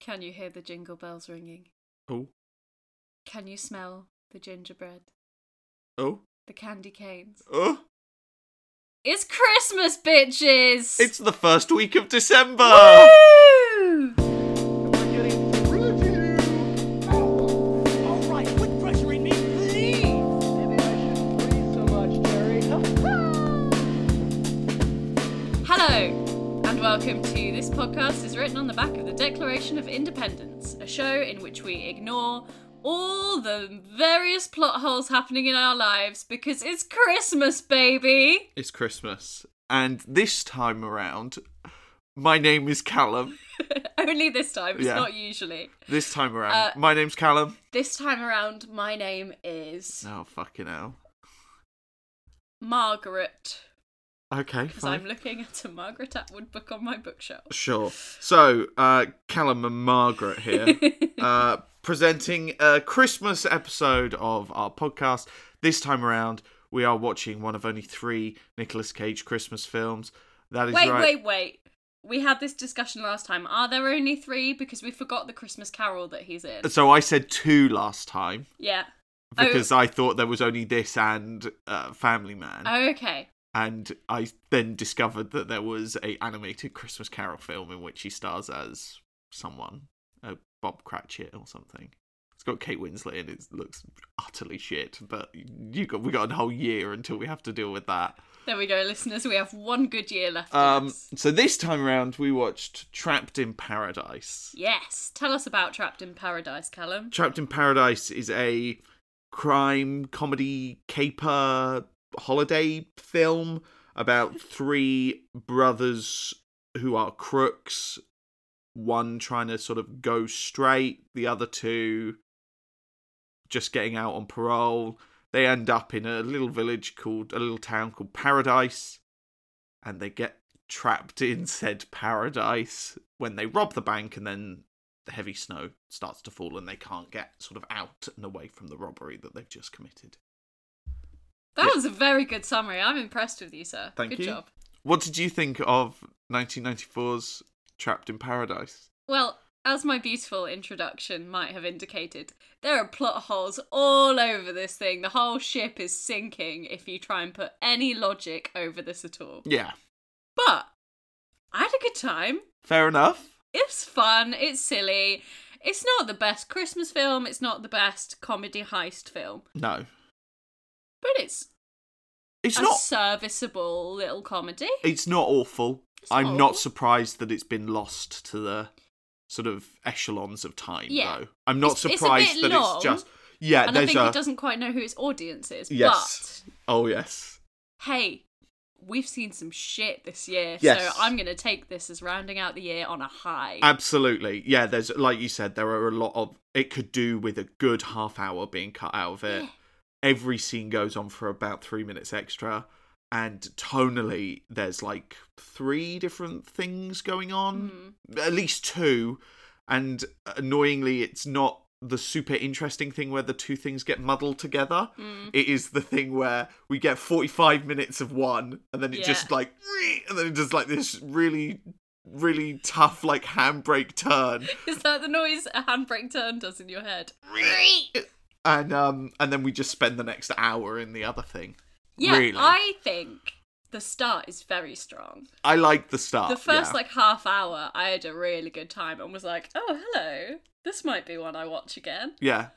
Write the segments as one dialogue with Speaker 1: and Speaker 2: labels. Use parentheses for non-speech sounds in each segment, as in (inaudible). Speaker 1: Can you hear the jingle bells ringing?
Speaker 2: Oh,
Speaker 1: Can you smell the gingerbread?
Speaker 2: oh,
Speaker 1: The candy canes?
Speaker 2: oh!
Speaker 1: It's Christmas, bitches!
Speaker 2: It's the first week of December.
Speaker 1: Woo!
Speaker 3: All right, quit pressuring me, please. Maybe I shouldn't breathe so much, Terry.
Speaker 1: Hello, and welcome to This Podcast is Written on the Back of the Declaration of Independence, a show in which we ignore all the various plot holes happening in our lives because it's Christmas, baby! (laughs)
Speaker 2: It's Christmas, and this time around, my name is Callum.
Speaker 1: Only this time, it's
Speaker 2: Yeah.
Speaker 1: not usually.
Speaker 2: This time around,
Speaker 1: Uh,
Speaker 2: my name's Callum.
Speaker 1: This time around, my name is
Speaker 2: Oh fucking hell!
Speaker 1: Margaret.
Speaker 2: Okay,
Speaker 1: Because I'm
Speaker 2: fine.
Speaker 1: looking at a Margaret Atwood book on my bookshelf.
Speaker 2: Sure. So, uh, Callum and
Speaker 1: (laughs)
Speaker 2: Margaret here, uh, presenting a Christmas episode of our podcast. This time around, we are watching one of only three Nicolas Cage Christmas films. That is
Speaker 1: Wait,
Speaker 2: right.
Speaker 1: wait, wait. We had this discussion last time. Are there only three? Because we forgot the Christmas Carol that he's in.
Speaker 2: So I said two last time
Speaker 1: Yeah. Oh.
Speaker 2: because I thought there was only this and uh, Family Man,
Speaker 1: Oh. Okay.
Speaker 2: and I then discovered that there was a animated Christmas Carol film in which he stars as someone, uh, Bob Cratchit or something. It's got Kate Winslet and it looks utterly shit, but you got we got a whole year until we have to deal with that.
Speaker 1: There we go, listeners. We have one good year left. in
Speaker 2: Um,
Speaker 1: us.
Speaker 2: so this time around we watched Trapped in Paradise.
Speaker 1: Yes. Tell us about Trapped in Paradise, Callum.
Speaker 2: Trapped in Paradise is a crime comedy caper holiday film about three brothers who are crooks, one trying to sort of go straight, the other two just getting out on parole. They end up in a little village called a little town called Paradise and they get trapped in said paradise when they rob the bank and then the heavy snow starts to fall and they can't get sort of out and away from the robbery that they've just committed.
Speaker 1: That
Speaker 2: yeah.
Speaker 1: was a very good summary. I'm impressed with you, sir.
Speaker 2: Thank
Speaker 1: good
Speaker 2: you.
Speaker 1: job.
Speaker 2: What did you think of 1994's Trapped in Paradise?
Speaker 1: Well, as my beautiful introduction might have indicated, there are plot holes all over this thing. The whole ship is sinking if you try and put any logic over this at all.
Speaker 2: Yeah,
Speaker 1: But I had a good time.
Speaker 2: fair enough.
Speaker 1: It's fun, it's silly. It's not the best Christmas film, it's not the best comedy heist film,
Speaker 2: No,
Speaker 1: but it's
Speaker 2: it's
Speaker 1: a
Speaker 2: not.
Speaker 1: serviceable little comedy.
Speaker 2: It's not awful.
Speaker 1: It's
Speaker 2: I'm
Speaker 1: not
Speaker 2: not,
Speaker 1: awful.
Speaker 2: surprised that it's been lost to the sort of echelons of time.
Speaker 1: Yeah.
Speaker 2: though. I'm not
Speaker 1: It's- it's a
Speaker 2: surprised
Speaker 1: bit
Speaker 2: that
Speaker 1: long,
Speaker 2: it's just. Yeah,
Speaker 1: and I
Speaker 2: there's
Speaker 1: think
Speaker 2: a.
Speaker 1: it doesn't quite know who its audience is.
Speaker 2: Yes. Oh yes.
Speaker 1: But hey, we've seen some shit this year,
Speaker 2: Yes.
Speaker 1: so I'm going to take this as rounding out the year on a high.
Speaker 2: Absolutely. Yeah, there's like you said, there are a lot of it could do with a good half hour being cut out of it.
Speaker 1: Yeah.
Speaker 2: Every scene goes on for about three minutes extra. And tonally, there's like three different things going
Speaker 1: Hmm,
Speaker 2: on, at least two. And annoyingly, it's not the super interesting thing where the two things get muddled together.
Speaker 1: hmm.
Speaker 2: It is the thing where we get 45 minutes of one, and then it
Speaker 1: Yeah.
Speaker 2: just like, (laughs) and then it does like this really really tough like handbrake
Speaker 1: (laughs)
Speaker 2: turn
Speaker 1: (laughs) Is that the noise a handbrake turn does in your head?
Speaker 2: and um and then we just spend the next hour in the other thing
Speaker 1: Yeah,
Speaker 2: Really?
Speaker 1: I think the start is very strong.
Speaker 2: i like the start
Speaker 1: the first
Speaker 2: Ah, yeah.
Speaker 1: like half hour, I had a really good time and was like, "Oh, hello, this might be one I watch again."
Speaker 2: yeah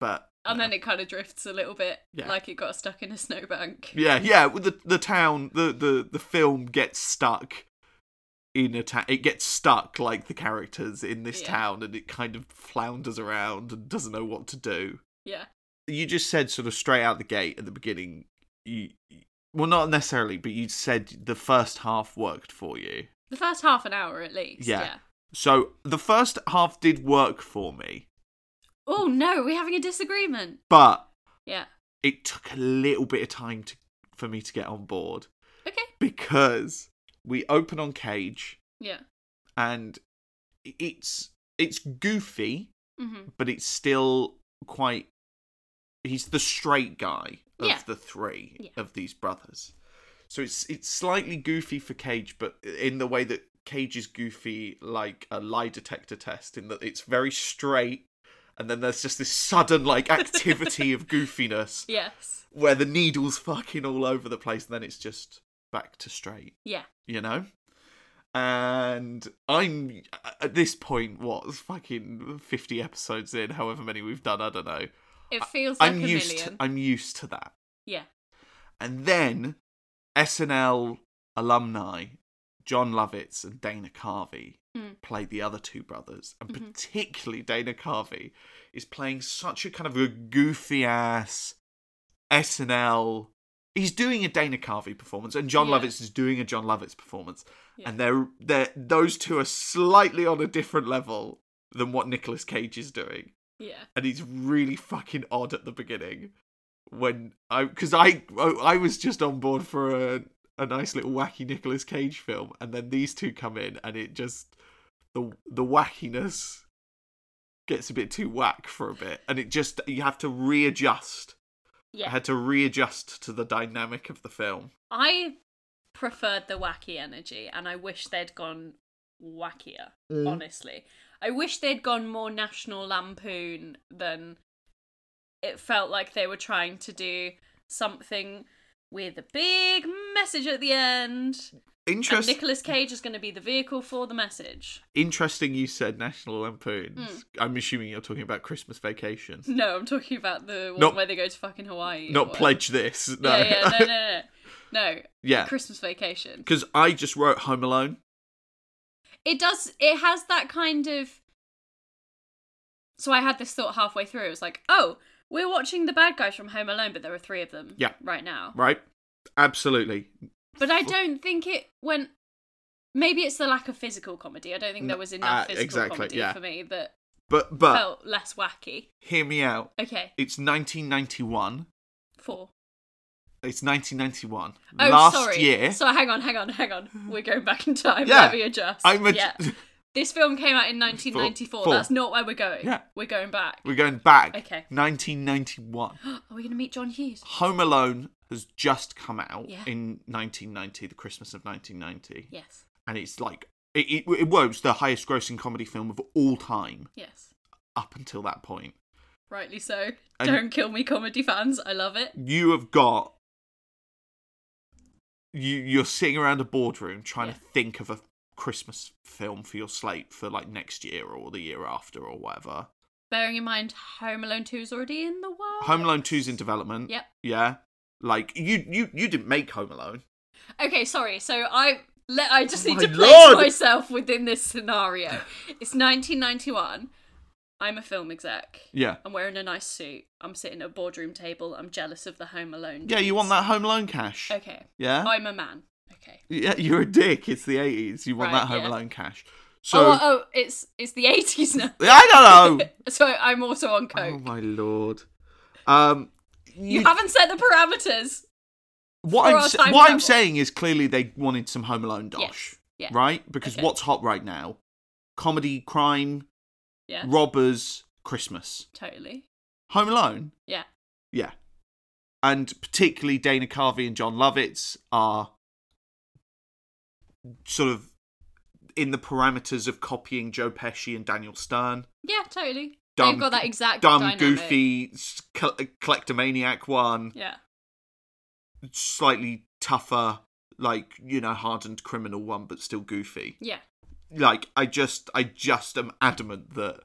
Speaker 2: but
Speaker 1: And
Speaker 2: no.
Speaker 1: then it kind of drifts a little bit,
Speaker 2: Yeah.
Speaker 1: like it got stuck in a (laughs) snowbank.
Speaker 2: yeah yeah with the the town the the the film gets stuck in a town it gets stuck like the characters in this
Speaker 1: Yeah.
Speaker 2: town and it kind of flounders around and doesn't know what to do
Speaker 1: Yeah,
Speaker 2: you just said sort of straight out the gate at the beginning you well not necessarily but you said the first half worked for you
Speaker 1: the first half an hour at least.
Speaker 2: Yeah.
Speaker 1: Yeah.
Speaker 2: so the first half did work for me
Speaker 1: Oh no, we're having a disagreement.
Speaker 2: but
Speaker 1: Yeah.
Speaker 2: it took a little bit of time to, for me to get on board
Speaker 1: Okay.
Speaker 2: because we open on cage
Speaker 1: Yeah.
Speaker 2: and it's it's goofy
Speaker 1: Mm-hmm.
Speaker 2: but it's still quite he's the straight guy of
Speaker 1: Yeah.
Speaker 2: the three
Speaker 1: Yeah.
Speaker 2: of these brothers so it's it's slightly goofy for cage but in the way that Cage is goofy like a lie detector test in that it's very straight, and then there's just this sudden
Speaker 1: (laughs)
Speaker 2: like activity of goofiness
Speaker 1: Yes.
Speaker 2: where the needle's fucking all over the place, and then it's just back to straight
Speaker 1: Yeah.
Speaker 2: you know and i'm at this point what fucking 50 episodes in however many we've done i don't know
Speaker 1: It feels like
Speaker 2: i'm
Speaker 1: a
Speaker 2: used
Speaker 1: million.
Speaker 2: to, i'm used to that
Speaker 1: yeah.
Speaker 2: and then snl alumni john lovitz and dana carvey
Speaker 1: Mm.
Speaker 2: played the other two brothers and
Speaker 1: Mm-hmm.
Speaker 2: particularly dana carvey is playing such a kind of a goofy ass snl he's doing a dana carvey performance and john
Speaker 1: Yeah.
Speaker 2: lovitz is doing a john lovitz performance
Speaker 1: Yeah.
Speaker 2: and they're they're those two are slightly on a different level than what Nicolas Cage is doing,
Speaker 1: Yeah.
Speaker 2: and it's really fucking odd at the beginning when I because I I was just on board for a a nice little wacky Nicolas Cage film, and then these two come in, and it just the the wackiness gets a bit too whack for a bit, and it just you have to readjust. I
Speaker 1: Yeah.
Speaker 2: had to readjust to the dynamic of the film.
Speaker 1: I preferred the wacky energy and I wish they'd gone wackier, honestly. I wish they'd gone more National Lampoon than it felt like they were trying to do something with a big message at the end. And
Speaker 2: Interesting.
Speaker 1: Nicolas Cage is going to be the vehicle for the message. (laughs)
Speaker 2: Interesting you said National Lampoons.
Speaker 1: Hmm.
Speaker 2: I'm assuming you're talking about Christmas Vacation.
Speaker 1: (laughs) No, I'm talking about the one
Speaker 2: Not-
Speaker 1: where they go to fucking Hawaii. or
Speaker 2: Not
Speaker 1: whatever.
Speaker 2: Pledge This. No.
Speaker 1: Yeah, yeah, no, no, no, no. No,
Speaker 2: (laughs) Yeah.
Speaker 1: Christmas Vacation.
Speaker 2: Because I just wrote Home Alone.
Speaker 1: it does it has that kind of so i had this thought halfway through it was like oh we're watching the bad guys from home alone but there are three of them
Speaker 2: Yeah.
Speaker 1: right now
Speaker 2: Right? Absolutely.
Speaker 1: but i don't think it went maybe it's the lack of physical comedy i don't think there was enough
Speaker 2: Ah,
Speaker 1: physical
Speaker 2: exactly,
Speaker 1: comedy
Speaker 2: yeah.
Speaker 1: for me that
Speaker 2: But but
Speaker 1: felt less wacky
Speaker 2: hear me out.
Speaker 1: okay
Speaker 2: It's 1991.
Speaker 1: four
Speaker 2: It's 1991.
Speaker 1: Oh,
Speaker 2: Last
Speaker 1: sorry.
Speaker 2: year.
Speaker 1: So hang on, hang on, hang on. We're going back in time.
Speaker 2: Yeah.
Speaker 1: Let me adjust.
Speaker 2: I'm a-
Speaker 1: yeah. This film came out in 1994.
Speaker 2: (laughs) Four.
Speaker 1: That's not where we're going.
Speaker 2: Yeah.
Speaker 1: We're going back.
Speaker 2: (laughs) We're going back.
Speaker 1: Okay.
Speaker 2: 1991.
Speaker 1: (gasps) Are we going to meet John Hughes?
Speaker 2: Home Alone has just come out
Speaker 1: Yeah.
Speaker 2: in 1990, the Christmas of 1990.
Speaker 1: Yes.
Speaker 2: And it's like, it, it, it was the highest grossing comedy film of all time
Speaker 1: Yes.
Speaker 2: up until that point.
Speaker 1: Rightly so.
Speaker 2: And-
Speaker 1: Don't kill me, comedy fans. I love it.
Speaker 2: you have got you you're sitting around a boardroom trying to think of a Christmas film for your slate for like next year or the year after or whatever.
Speaker 1: Bearing in mind, Home Alone 2 is already in the world.
Speaker 2: Home Alone 2's in development.
Speaker 1: Oh, Yep.
Speaker 2: Yeah. Like you you you didn't make Home Alone.
Speaker 1: Okay, sorry. So I let I just
Speaker 2: Oh
Speaker 1: need
Speaker 2: my
Speaker 1: to place
Speaker 2: lord!
Speaker 1: myself within this scenario. It's 1991. I'm a film exec.
Speaker 2: Yeah.
Speaker 1: I'm wearing a nice suit. I'm sitting at a boardroom table. I'm jealous of the Home Alone.
Speaker 2: Yeah, you want that Home Alone cash.
Speaker 1: Okay. Oh,
Speaker 2: Yeah.
Speaker 1: I'm a man. Okay.
Speaker 2: Yeah, (laughs) you're a dick. It's the 80s. You want
Speaker 1: Right,
Speaker 2: that Home
Speaker 1: yeah.
Speaker 2: Alone cash. So
Speaker 1: oh, oh, it's it's the 80s now.
Speaker 2: I don't know.
Speaker 1: (laughs) so I'm also on coke.
Speaker 2: oh my lord. Um
Speaker 1: you,
Speaker 2: you-
Speaker 1: haven't set the parameters.
Speaker 2: What
Speaker 1: for
Speaker 2: I'm
Speaker 1: our
Speaker 2: sa-
Speaker 1: time
Speaker 2: what
Speaker 1: travel.
Speaker 2: I'm saying is clearly they wanted some Home Alone dosh,
Speaker 1: yeah.
Speaker 2: right? Because
Speaker 1: Okay.
Speaker 2: what's hot right now? Comedy, crime,
Speaker 1: Yeah.
Speaker 2: robbers, Christmas,
Speaker 1: Totally.
Speaker 2: Home Alone,
Speaker 1: Yeah.
Speaker 2: yeah. And particularly Dana Carvey and John Lovitz are sort of in the parameters of copying Joe Pesci and Daniel Stern.
Speaker 1: Yeah, totally.
Speaker 2: Dumb-
Speaker 1: They've got that exact
Speaker 2: Dumb,
Speaker 1: dynamic.
Speaker 2: goofy, s- co- collectomaniac one.
Speaker 1: Yeah,
Speaker 2: slightly tougher, like you know, hardened criminal one, but still goofy.
Speaker 1: yeah,
Speaker 2: Like I just, I just am adamant that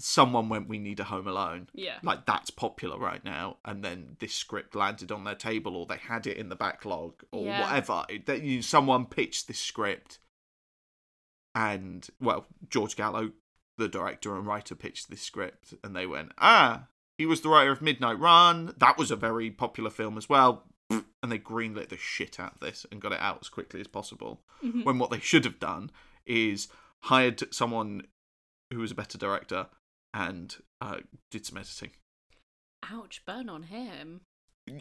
Speaker 2: someone went, "We need a Home Alone."
Speaker 1: yeah,
Speaker 2: (laughs) Like that's popular right now, and then this script landed on their table, or they had it in the backlog, or
Speaker 1: Yeah.
Speaker 2: whatever. It- That you, someone pitched this script, and well, George Gallo, the director and writer, pitched this script, and they went, "Ah, he was the writer of Midnight Run. That was a very popular film as well. And they greenlit the shit out of this and got it out as quickly as possible. When what they should have done is hired someone who was a better director and uh, did some editing.
Speaker 1: Ouch, burn on him.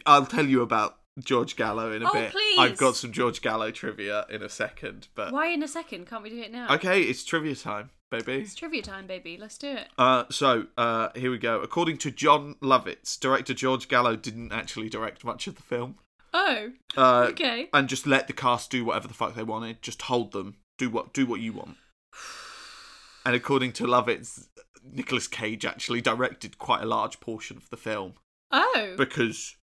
Speaker 2: I'll tell you about George Gallo in a
Speaker 1: Oh,
Speaker 2: bit.
Speaker 1: please.
Speaker 2: I've got some George Gallo trivia in a second, but
Speaker 1: Why in a second? Can't we do it now?
Speaker 2: Uh, okay, it's trivia time, baby.
Speaker 1: It's trivia time, baby. Let's do it.
Speaker 2: Uh, so uh, here we go. According to John Lovitz, director George Gallo didn't actually direct much of the film.
Speaker 1: Oh,
Speaker 2: Uh,
Speaker 1: okay.
Speaker 2: and just let the cast do whatever the fuck they wanted. Just hold them do what do what you want. And according to Lovitz, Nicolas Cage actually directed quite a large portion of the film
Speaker 1: Oh.
Speaker 2: because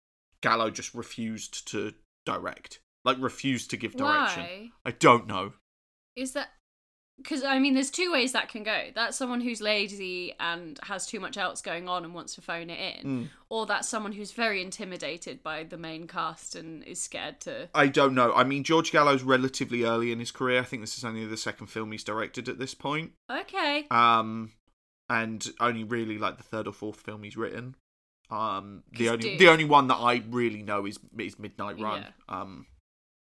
Speaker 2: Gallo just refused to direct, like refused to give direction.
Speaker 1: Why
Speaker 2: I don't know.
Speaker 1: is that? Because I mean, there's two ways that can go. That's someone who's lazy and has too much else going on and wants to phone it in,
Speaker 2: Mm.
Speaker 1: or that's someone who's very intimidated by the main cast and is scared to.
Speaker 2: I don't know. I mean, George Gallo's relatively early in his career. I think this is only the second film he's directed at this point.
Speaker 1: Okay.
Speaker 2: um, and only really like the third or fourth film he's written. Um, the
Speaker 1: 'Cause
Speaker 2: only
Speaker 1: do-
Speaker 2: the only one that I really know is is Midnight Run.
Speaker 1: Yeah.
Speaker 2: Um,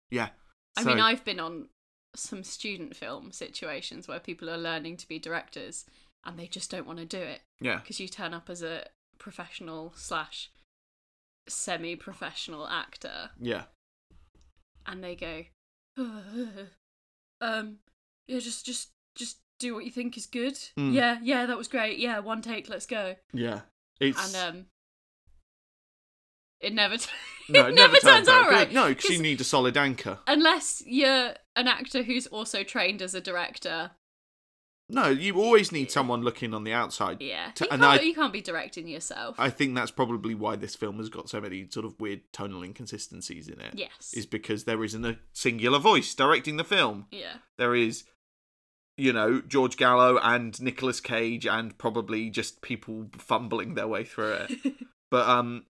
Speaker 2: yeah.
Speaker 1: I mean,
Speaker 2: So-
Speaker 1: I've been on some student film situations where people are learning to be directors and they just don't want to do it
Speaker 2: yeah,
Speaker 1: because you turn up as a professional slash semi-professional actor
Speaker 2: yeah,
Speaker 1: and they go, um, yeah, just just just do what you think is good.
Speaker 2: Mm.
Speaker 1: Yeah, yeah, that was great. Yeah, one take, let's go.
Speaker 2: yeah. It's
Speaker 1: And um, it never t- (laughs)
Speaker 2: no,
Speaker 1: it
Speaker 2: it
Speaker 1: never turns out
Speaker 2: out
Speaker 1: right.
Speaker 2: No, because you
Speaker 1: 'Cause
Speaker 2: need a solid anchor.
Speaker 1: unless you're an actor who's also trained as a director.
Speaker 2: No, you always need someone looking on the outside.
Speaker 1: Yeah,
Speaker 2: To-
Speaker 1: you,
Speaker 2: and
Speaker 1: can't,
Speaker 2: I-
Speaker 1: you can't be directing yourself.
Speaker 2: I think that's probably why this film has got so many sort of weird tonal inconsistencies in it.
Speaker 1: yes.
Speaker 2: Is because there isn't a singular voice directing the film.
Speaker 1: yeah. (laughs)
Speaker 2: there is you know George Gallo and Nicolas Cage and probably just people fumbling their way through
Speaker 1: (laughs)
Speaker 2: it. but um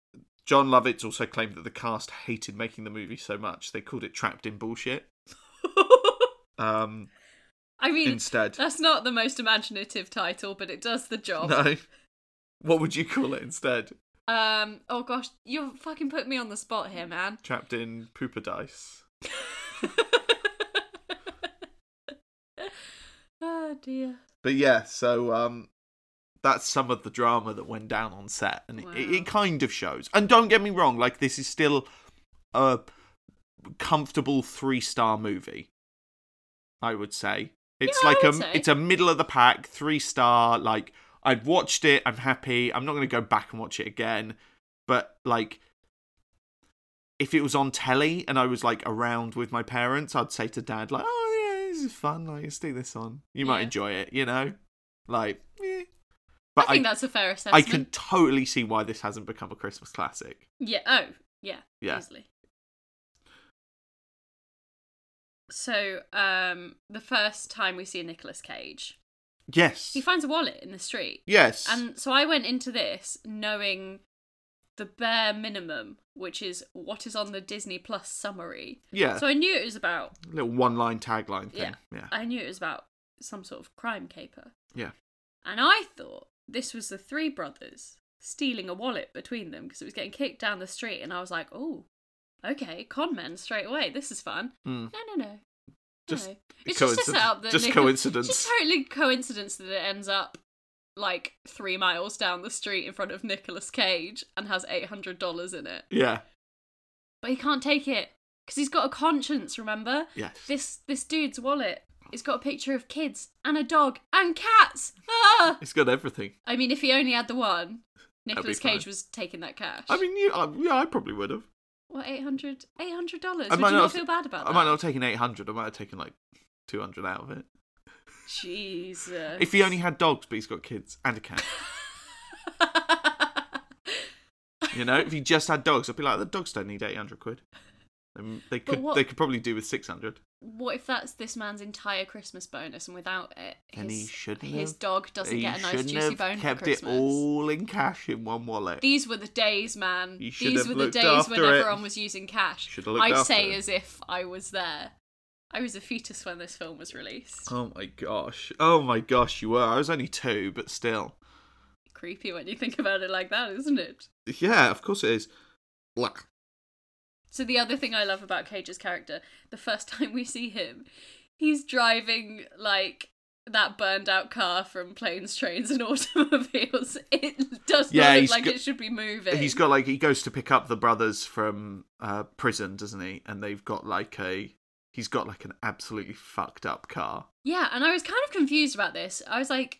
Speaker 2: John Lovitz also claimed that the cast hated making the movie so much they called it trapped in bullshit. Um
Speaker 1: I mean,
Speaker 2: instead.
Speaker 1: that's not the most imaginative title, but it does the job.
Speaker 2: (laughs) No. What would you call it instead?
Speaker 1: Um. Oh gosh, you're fucking putting me on the spot here,
Speaker 2: (laughs)
Speaker 1: man. (laughs)
Speaker 2: Trapped in pooper dice.
Speaker 1: oh dear.
Speaker 2: But yeah, so um that's some of the drama that went down on set and it,
Speaker 1: Wow.
Speaker 2: it kind of shows. And don't get me wrong, like this is still a comfortable 3-star movie. I would say. It's
Speaker 1: Yeah, I
Speaker 2: like
Speaker 1: would
Speaker 2: a
Speaker 1: say.
Speaker 2: it's a middle of the pack 3-star like I've watched it, I'm happy. I'm not going to go back and watch it again, but like if it was on telly and I was like around with my parents, I'd say to dad, like, oh yeah, this is fun. Like, stick this on. You might
Speaker 1: Yeah.
Speaker 2: enjoy it, you know? Like, yeah. But
Speaker 1: I think
Speaker 2: I,
Speaker 1: that's a fair
Speaker 2: I,
Speaker 1: assessment.
Speaker 2: can totally see why this hasn't become a Christmas classic.
Speaker 1: Yeah. Oh, yeah.
Speaker 2: Yeah.
Speaker 1: Easily. So, um, the first time we see Nicolas Cage,
Speaker 2: Yes.
Speaker 1: he finds a wallet in the street.
Speaker 2: yes.
Speaker 1: And so I went into this knowing the bare minimum, which is what is on the Disney Plus summary.
Speaker 2: yeah.
Speaker 1: So I knew it was about
Speaker 2: Little one line tagline thing. Yeah.
Speaker 1: I knew it was about some sort of crime caper.
Speaker 2: Yeah.
Speaker 1: And I thought this was the three brothers stealing a wallet between them because it was getting kicked down the street and I was like, "Oh, okay, con men straight away. This is fun."
Speaker 2: Mm.
Speaker 1: No, no, no.
Speaker 2: Just
Speaker 1: no. It's just a
Speaker 2: coincidence-
Speaker 1: setup that
Speaker 2: just
Speaker 1: (laughs) Nick-
Speaker 2: coincidence.
Speaker 1: Just totally coincidence that it ends up like three miles down the street in front of Nicolas Cage and has eight hundred dollars in it,
Speaker 2: Yeah.
Speaker 1: but he can't take it because he's got a conscience. Remember?
Speaker 2: Yes.
Speaker 1: This this dude's wallet. It's got a picture of kids and a dog and cats. Ah!
Speaker 2: It's got everything.
Speaker 1: I mean, if he only had the one,
Speaker 2: That'd be
Speaker 1: Nicolas Cage
Speaker 2: fine.
Speaker 1: was taking that cash.
Speaker 2: I mean, you, I, yeah, I probably would have.
Speaker 1: what eight hundred? Eight hundred dollars?
Speaker 2: I
Speaker 1: Would you
Speaker 2: might
Speaker 1: not
Speaker 2: not-
Speaker 1: feel bad about
Speaker 2: I
Speaker 1: that?
Speaker 2: might not have taken 800. I might have taken like 200 out of it.
Speaker 1: Jesus.
Speaker 2: If he only had dogs, but he's got kids and a cat. You know, if he just had dogs, I'd be like, the dogs don't need eight hundred quid. Um, they
Speaker 1: But
Speaker 2: could
Speaker 1: what-
Speaker 2: they could probably do with six hundred.
Speaker 1: (laughs) what if that's this man's entire Christmas bonus, and without it,
Speaker 2: And he
Speaker 1: his,
Speaker 2: shouldn't
Speaker 1: his
Speaker 2: have-
Speaker 1: dog doesn't
Speaker 2: he
Speaker 1: get a nice
Speaker 2: shouldn't
Speaker 1: juicy
Speaker 2: have
Speaker 1: bone
Speaker 2: kept
Speaker 1: for Christmas?
Speaker 2: it all in cash in one wallet.
Speaker 1: These were the days, man.
Speaker 2: He should
Speaker 1: These
Speaker 2: have
Speaker 1: were the
Speaker 2: looked
Speaker 1: days
Speaker 2: after
Speaker 1: when
Speaker 2: it.
Speaker 1: everyone was using cash.
Speaker 2: Should have looked
Speaker 1: I
Speaker 2: after
Speaker 1: say
Speaker 2: it.
Speaker 1: as if I was there. I was a fetus when this film was released.
Speaker 2: Oh my gosh! Oh my gosh! You were. I was only two, but still.
Speaker 1: Creepy when you think about it like that, isn't it?
Speaker 2: Yeah, of course it is. Blah.
Speaker 1: So the other thing I love about Cage's character, the first (laughs) time we see him, he's driving like that burned out car from planes, trains, and (laughs) automobiles. It does
Speaker 2: Yeah,
Speaker 1: not look
Speaker 2: he's
Speaker 1: like
Speaker 2: got-
Speaker 1: it should be moving.
Speaker 2: He's got like he goes to pick up the brothers from uh, prison, doesn't he? And they've got like a he's got like an absolutely fucked up car.
Speaker 1: Yeah, and I was kind of confused about this. I was like,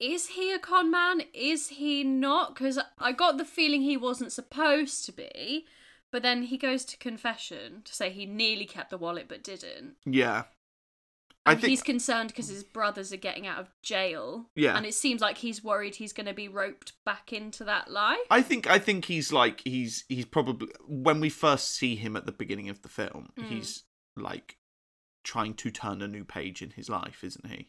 Speaker 1: is he a con man? Is he not? Because I got the feeling he wasn't supposed to be. But then he goes to confession to say he nearly kept the wallet but didn't.
Speaker 2: Yeah. I think
Speaker 1: he's concerned because his brothers are getting out of jail.
Speaker 2: Yeah.
Speaker 1: And it seems like he's worried he's going to be roped back into that life.
Speaker 2: I think I think he's like he's he's probably when we first see him at the beginning of the film,
Speaker 1: Mm.
Speaker 2: he's like trying to turn a new page in his life, isn't he?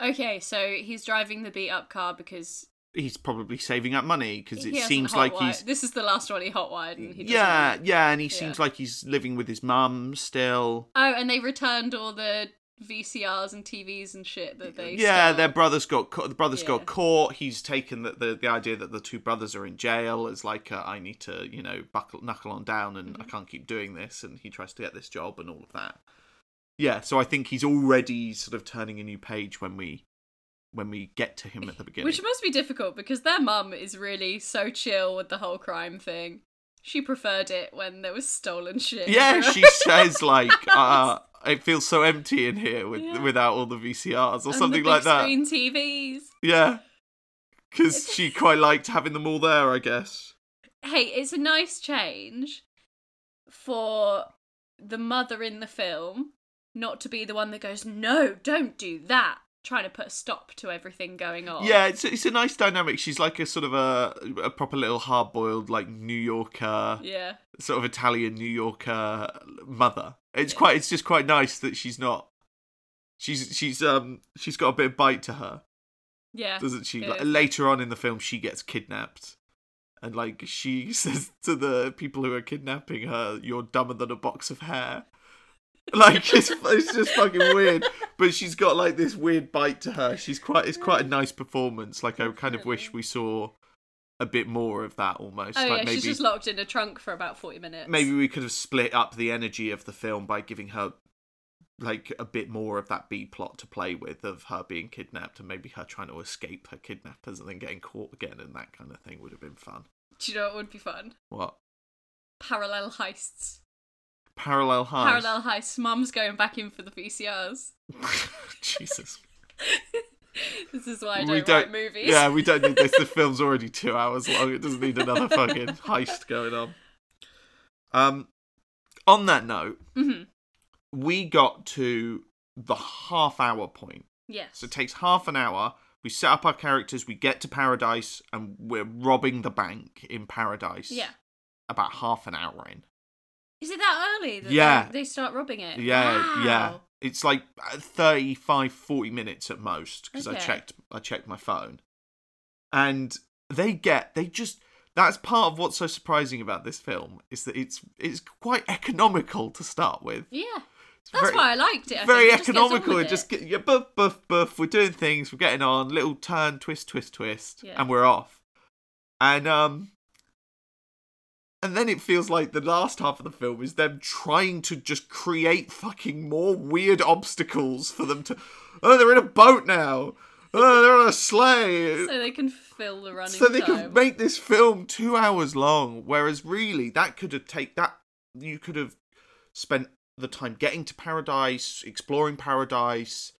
Speaker 1: Okay, so he's driving the beat up car because
Speaker 2: He's probably saving up money because
Speaker 1: he
Speaker 2: it
Speaker 1: hasn't
Speaker 2: seems like
Speaker 1: hotwired-
Speaker 2: he's
Speaker 1: This is the last one he hotwired. And he doesn't
Speaker 2: yeah
Speaker 1: know.
Speaker 2: yeah, and he
Speaker 1: Yeah.
Speaker 2: seems like he's living with his mum still.
Speaker 1: Oh, and they returned all the VCRs and TVs and shit that they.
Speaker 2: yeah,
Speaker 1: stole.
Speaker 2: their brothers got ca- the brothers
Speaker 1: Yeah.
Speaker 2: got caught. He's taken the, the the idea that the two brothers are in jail as like uh, I need to you know buckle knuckle on down and
Speaker 1: Mm-hmm.
Speaker 2: I can't keep doing this. And he tries to get this job and all of that. Yeah, so I think he's already sort of turning a new page when we when we get to him at the beginning.
Speaker 1: Which must be difficult because their mum is really so chill with the whole crime thing. She preferred it when there was stolen shit. (laughs)
Speaker 2: yeah,
Speaker 1: everywhere.
Speaker 2: she says like uh, it feels so empty in here with
Speaker 1: Yeah.
Speaker 2: without all the VCRs or
Speaker 1: And the
Speaker 2: something
Speaker 1: big
Speaker 2: like that.
Speaker 1: Screen TVs.
Speaker 2: Yeah, because she quite liked having them all there, I guess.
Speaker 1: hey, it's a nice change for the mother in the film not to be the one that goes, no, don't do that, trying to put a stop to everything going on.
Speaker 2: Yeah, it's it's a nice dynamic. She's like a sort of a a proper little hard boiled like New Yorker
Speaker 1: Yeah.
Speaker 2: sort of Italian New Yorker mother. It's
Speaker 1: Yeah.
Speaker 2: quite it's just quite nice that she's not. She's she's um she's got a bit of bite to her,
Speaker 1: Yeah.
Speaker 2: doesn't she?
Speaker 1: it
Speaker 2: Like,
Speaker 1: is.
Speaker 2: later on in the film, she gets kidnapped, and like she (laughs) says to the people who are kidnapping her, "You're dumber than a box of hair." (laughs) Like it's it's just fucking weird, but she's got like this weird bite to her. She's quite it's quite a nice performance. Like I kind of wish we saw a bit more of that almost.
Speaker 1: Oh,
Speaker 2: like
Speaker 1: yeah,
Speaker 2: maybe
Speaker 1: she's just locked in a trunk for about 40 minutes.
Speaker 2: maybe we could have split up the energy of the film by giving her like a bit more of that B plot to play with of her being kidnapped and maybe her trying to escape her kidnappers and then getting caught again and that kind of thing would have been fun.
Speaker 1: Do you know what would be fun?
Speaker 2: What?
Speaker 1: Parallel heists.
Speaker 2: Parallel highs.
Speaker 1: Parallel heists. Mum's going back in for the VCRs.
Speaker 2: (laughs) Jesus.
Speaker 1: (laughs) This is why I don't,
Speaker 2: we
Speaker 1: write movies. (laughs)
Speaker 2: Yeah, we don't need this. The film's already two hours long. It doesn't need another fucking heist going on. Um on that note,
Speaker 1: Mhm.
Speaker 2: we got to the half hour point
Speaker 1: Yes.
Speaker 2: So it takes half an hour. We set up our characters. We get to paradise, and we're robbing the bank in paradise.
Speaker 1: yeah.
Speaker 2: About half an hour in.
Speaker 1: Is it that early that
Speaker 2: Yeah.
Speaker 1: they, they start robbing it? Eh,
Speaker 2: Yeah, yeah.
Speaker 1: Wow.
Speaker 2: It's like uh, 35, 40 minutes at most because I
Speaker 1: Okay.
Speaker 2: checked. I checked my phone, and they get. They just. That's part of what's so surprising about this film is that it's it's quite economical to start with.
Speaker 1: Yeah.
Speaker 2: It's
Speaker 1: That's
Speaker 2: very-
Speaker 1: why I liked it. I
Speaker 2: very
Speaker 1: think. It just gets on
Speaker 2: economical.
Speaker 1: with
Speaker 2: It just get, yeah, buff, buff, buff. We're doing things. We're getting on. Little turn, twist, twist, twist,
Speaker 1: Yeah.
Speaker 2: and we're off. And um, and then it feels like the last half of the film is them trying to just create fucking more weird obstacles for them to. Oh, they're in a boat now. Oh, they're on a sleigh
Speaker 1: so they can fill the running
Speaker 2: so they
Speaker 1: time.
Speaker 2: could make this film two hours long whereas really that could have take that you could have spent the time getting to paradise exploring paradise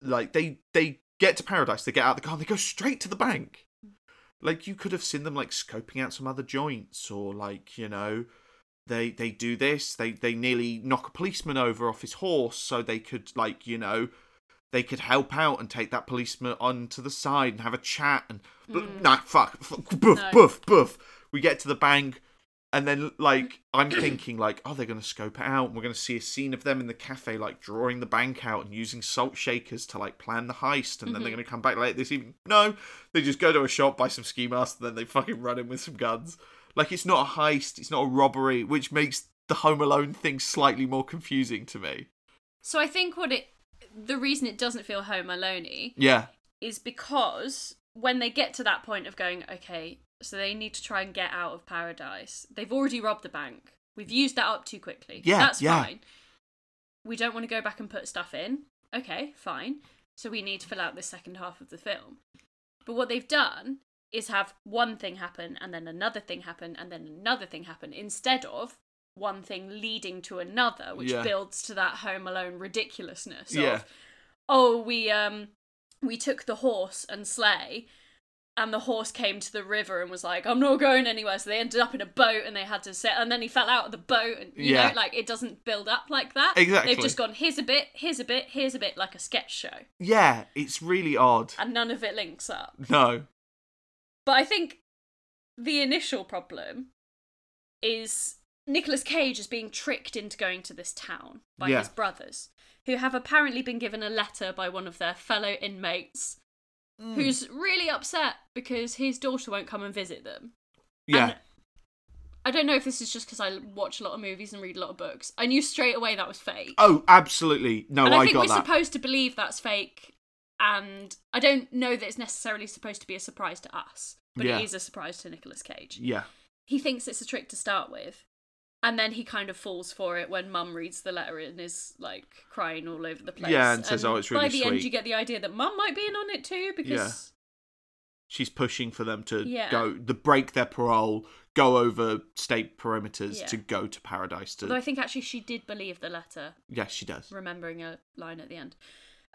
Speaker 2: like they they get to paradise they get out of the car and they go straight to the bank like you could have seen them like scoping out some other joints or like you know they they do this they they nearly knock a policeman over off his horse so they could like you know they could help out and take that policeman on to the side and have a chat and nah fuck, (laughs) fuck boof
Speaker 1: No.
Speaker 2: boof boof we get to the bank and then like i'm thinking like oh they're going to scope it out and we're going to see a scene of them in the cafe like drawing the bank out and using salt shakers to like plan the heist and then they're
Speaker 1: Mm-hmm.
Speaker 2: going to come back later this evening no they just go to a shop buy some ski masks and then they fucking run in with some guns like it's not a heist it's not a robbery which makes the home alone thing slightly more confusing to me
Speaker 1: So I think what it the reason it doesn't feel home alone
Speaker 2: yeah
Speaker 1: is because when they get to that point of going, okay, so they need to try and get out of paradise. They've already robbed the bank. We've used that up too quickly.
Speaker 2: Yeah,
Speaker 1: That's
Speaker 2: yeah.
Speaker 1: fine. We don't want to go back and put stuff in. Okay, fine. So we need to fill out this second half of the film. But what they've done is have one thing happen and then another thing happen and then another thing happen instead of one thing leading to another, which
Speaker 2: Yeah.
Speaker 1: builds to that home alone ridiculousness
Speaker 2: Yeah.
Speaker 1: of oh, we um we took the horse and sleigh, and the horse came to the river and was like, I'm not going anywhere. So they ended up in a boat and they had to sit, and then he fell out of the boat. And you
Speaker 2: Yeah.
Speaker 1: know, like it doesn't build up like that.
Speaker 2: Exactly.
Speaker 1: They've just gone, here's a bit, here's a bit, here's a bit, like a sketch show.
Speaker 2: Yeah, it's really odd.
Speaker 1: And none of it links up.
Speaker 2: No.
Speaker 1: But I think the initial problem is Nicolas Cage is being tricked into going to this town by
Speaker 2: Yeah.
Speaker 1: his brothers, who have apparently been given a letter by one of their fellow inmates who's really upset because his daughter won't come and visit them.
Speaker 2: Yeah.
Speaker 1: And I don't know if this is just because I watch a lot of movies and read a lot of books. I knew straight away that was fake.
Speaker 2: oh, absolutely. No,
Speaker 1: and
Speaker 2: I,
Speaker 1: I think
Speaker 2: got
Speaker 1: we're
Speaker 2: that.
Speaker 1: supposed to believe that's fake. And I don't know that it's necessarily supposed to be a surprise to us, but
Speaker 2: Yeah.
Speaker 1: it is a surprise to Nicolas Cage
Speaker 2: yeah.
Speaker 1: he thinks it's a trick to start with and then he kind of falls for it when mum reads the letter and is like crying all over the place
Speaker 2: Yeah, and says, "Oh, it's
Speaker 1: by
Speaker 2: really
Speaker 1: the end
Speaker 2: sweet."
Speaker 1: you get the idea that mum might be in on it too because
Speaker 2: She's pushing for them to
Speaker 1: Yeah.
Speaker 2: go, the break their parole, go over state perimeters
Speaker 1: Yeah.
Speaker 2: to go to paradise. To
Speaker 1: although i think actually she did believe the letter
Speaker 2: yes, she does.
Speaker 1: remembering a line at the end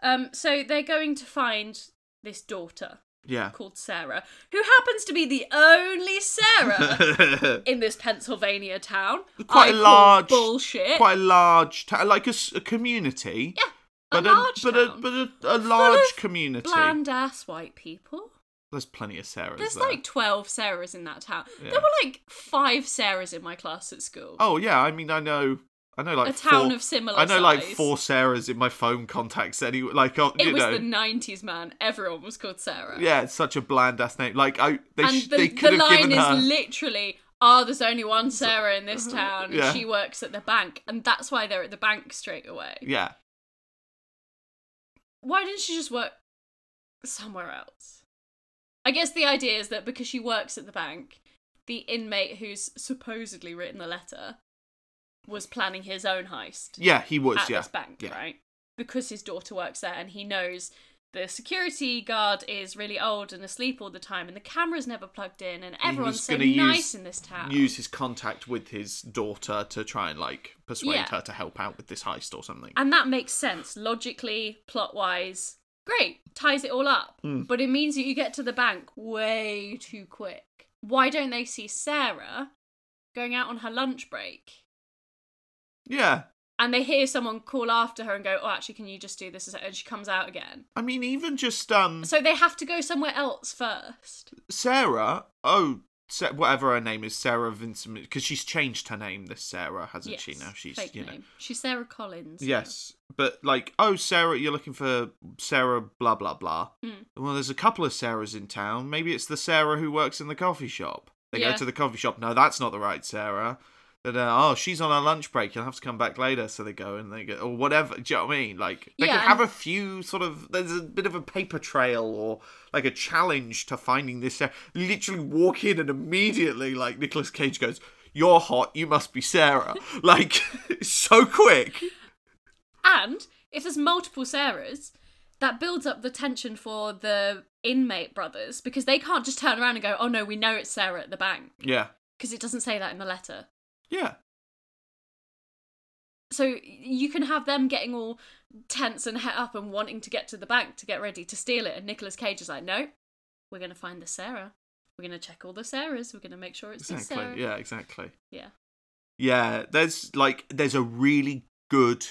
Speaker 1: um, so they're going to find this daughter
Speaker 2: Yeah.
Speaker 1: called sarah who happens to be the only
Speaker 2: (laughs)
Speaker 1: sarah in this pennsylvania town
Speaker 2: Quite
Speaker 1: I
Speaker 2: a
Speaker 1: call
Speaker 2: large-
Speaker 1: bullshit
Speaker 2: Quite a large, ta- like a, s- a community.
Speaker 1: Yeah,
Speaker 2: But
Speaker 1: a large
Speaker 2: but
Speaker 1: town.
Speaker 2: a but a, a large
Speaker 1: of
Speaker 2: community.
Speaker 1: bland ass white people
Speaker 2: There's plenty of Sarahs.
Speaker 1: There's
Speaker 2: there.
Speaker 1: like 12 Sarahs in that town.
Speaker 2: Yeah.
Speaker 1: There were like five Sarahs in my class at school.
Speaker 2: Oh yeah, I mean I know I know like
Speaker 1: A town
Speaker 2: four-
Speaker 1: of similar
Speaker 2: I know like
Speaker 1: size.
Speaker 2: four Sarahs in my phone contacts anyway like oh,
Speaker 1: it
Speaker 2: you
Speaker 1: was
Speaker 2: know
Speaker 1: the 90s, man. Everyone was called Sarah.
Speaker 2: Yeah, it's such a bland ass name. Like I they
Speaker 1: and
Speaker 2: sh-
Speaker 1: the,
Speaker 2: they
Speaker 1: the
Speaker 2: could have
Speaker 1: line
Speaker 2: given
Speaker 1: is
Speaker 2: her
Speaker 1: literally, oh, there's only one Sarah in
Speaker 2: (laughs)
Speaker 1: this town.
Speaker 2: Yeah.
Speaker 1: And she works at the bank. And that's why they're at the bank straight away.
Speaker 2: Yeah.
Speaker 1: Why didn't she just work somewhere else? I guess the idea is that because she works at the bank, the inmate who's supposedly written the letter was planning his own heist.
Speaker 2: Yeah, he was,
Speaker 1: at
Speaker 2: yeah.
Speaker 1: this bank,
Speaker 2: yeah.
Speaker 1: right? Because his daughter works there and he knows the security guard is really old and asleep all the time and the camera's never plugged in and everyone's
Speaker 2: was
Speaker 1: so
Speaker 2: gonna use-
Speaker 1: nice in this town.
Speaker 2: Use his contact with his daughter to try and like persuade
Speaker 1: Yeah.
Speaker 2: her to help out with this heist or something.
Speaker 1: And that makes sense logically, plot wise. Great, ties it all up. But it means that you get to the bank way too quick. Why don't they see Sarah going out on her lunch break?
Speaker 2: yeah.
Speaker 1: And they hear someone call after her and go, Oh, actually, can you just do this? And she comes out again.
Speaker 2: I mean even just um
Speaker 1: So they have to go somewhere else first.
Speaker 2: Sarah, oh, Sa- whatever her name is, Sarah Vincent, because she's changed her name. This Sarah hasn't she now? She's
Speaker 1: fake
Speaker 2: you know.
Speaker 1: name. She's Sarah Collins. now.
Speaker 2: Yes, but like, oh, Sarah, you're looking for Sarah, blah blah blah.
Speaker 1: Hmm.
Speaker 2: Well, there's a couple of Sarahs in town. Maybe it's the Sarah who works in the coffee shop. They
Speaker 1: Yeah.
Speaker 2: go to the coffee shop. No, that's not the right Sarah. That uh, oh, she's on her lunch break. You'll have to come back later. So they go and they go or whatever. Do you know what I mean? Like they
Speaker 1: Yeah,
Speaker 2: can have
Speaker 1: and-
Speaker 2: a few sort of. There's a bit of a paper trail or like a challenge to finding this. Sarah. Literally walk in and immediately like Nicolas Cage goes. You're hot. You must be Sarah. (laughs) Like, so quick.
Speaker 1: And if there's multiple Sarahs, that builds up the tension for the inmate brothers because they can't just turn around and go, oh no, we know it's Sarah at the bank
Speaker 2: Yeah.
Speaker 1: because it doesn't say that in the letter.
Speaker 2: Yeah.
Speaker 1: So y- you can have them getting all tense and het up and wanting to get to the bank to get ready to steal it. And Nicolas Cage is like, no, we're going to find the Sarah. We're going to check all the Sarahs. We're going to make sure it's the
Speaker 2: Exactly.
Speaker 1: Sarah.
Speaker 2: Yeah, exactly.
Speaker 1: yeah.
Speaker 2: Yeah, there's like there's a really good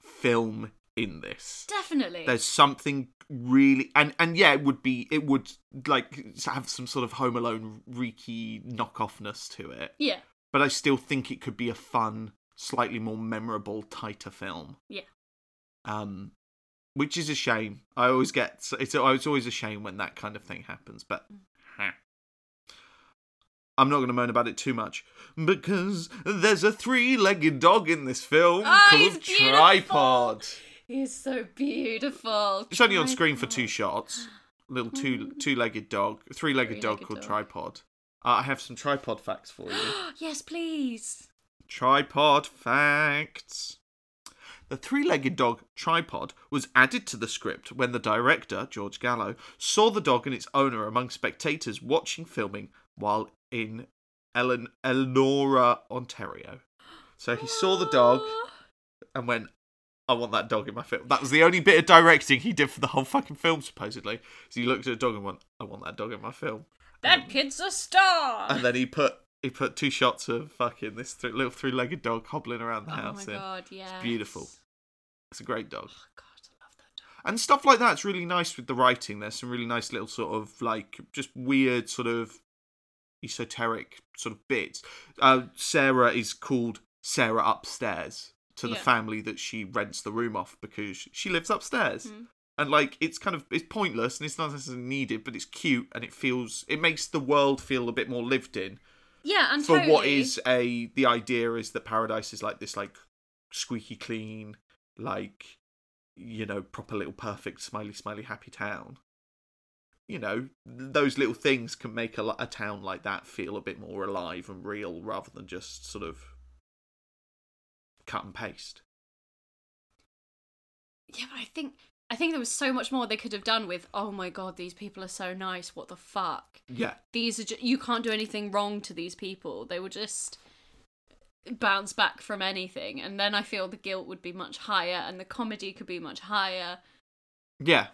Speaker 2: film in this.
Speaker 1: Definitely.
Speaker 2: There's something really and and yeah, it would be it would like have some sort of Home Alone reeky knockoffness to it,
Speaker 1: yeah.
Speaker 2: but I still think it could be a fun, slightly more memorable, tighter film.
Speaker 1: Yeah.
Speaker 2: Um which is a shame. I always get it's it's always a shame when that kind of thing happens, but
Speaker 1: Mm.
Speaker 2: I'm not going to moan about it too much because there's a three-legged dog in this film
Speaker 1: Ah,
Speaker 2: called
Speaker 1: he's beautiful.
Speaker 2: Tripod.
Speaker 1: He's so beautiful.
Speaker 2: It's only
Speaker 1: Tripod.
Speaker 2: on
Speaker 1: Mm-hmm.
Speaker 2: screen for two shots. Little two two-legged dog, three-legged dog
Speaker 1: Three-legged
Speaker 2: called
Speaker 1: dog.
Speaker 2: Tripod. Uh, I have some tripod facts for you.
Speaker 1: (gasps) yes, please.
Speaker 2: Tripod facts. The three legged dog tripod was added to the script when the director, George Gallo, saw the dog and its owner among spectators watching filming while in Elen- Elnora, Ontario. So he Uh, saw the dog
Speaker 1: Aw.
Speaker 2: and went, I want that dog in my film. That was the only bit of directing he did for the whole fucking film, supposedly. So he looked at a dog and went, I want that dog in my film.
Speaker 1: That kid's a star.
Speaker 2: And then he put he put two shots of fucking this th- little three legged dog hobbling around the
Speaker 1: Oh my
Speaker 2: house in.
Speaker 1: god, yeah.
Speaker 2: beautiful. It's a great dog.
Speaker 1: Oh god, I love that dog.
Speaker 2: and stuff like that's really nice with the writing. There's some really nice little sort of like just weird sort of esoteric sort of bits. Uh, Sarah is called Sarah upstairs to the
Speaker 1: Yeah.
Speaker 2: family that she rents the room off because she lives upstairs.
Speaker 1: Mhm.
Speaker 2: And like it's kind of it's pointless and it's not necessarily needed, but it's cute and it feels it makes the world feel a bit more lived in
Speaker 1: Yeah, and
Speaker 2: for what
Speaker 1: totally.
Speaker 2: is a the idea is that paradise is like this like squeaky clean like you know proper little perfect smiley smiley happy town you know those little things can make a, lo- a town like that feel a bit more alive and real rather than just sort of cut and paste
Speaker 1: Yeah, but I think I think there was so much more they could have done with. Oh my god, these people are so nice. What the fuck?
Speaker 2: yeah
Speaker 1: These are ju- you can't do anything wrong to these people. They will just bounce back from anything, and then I feel the guilt would be much higher, and the comedy could be much higher
Speaker 2: yeah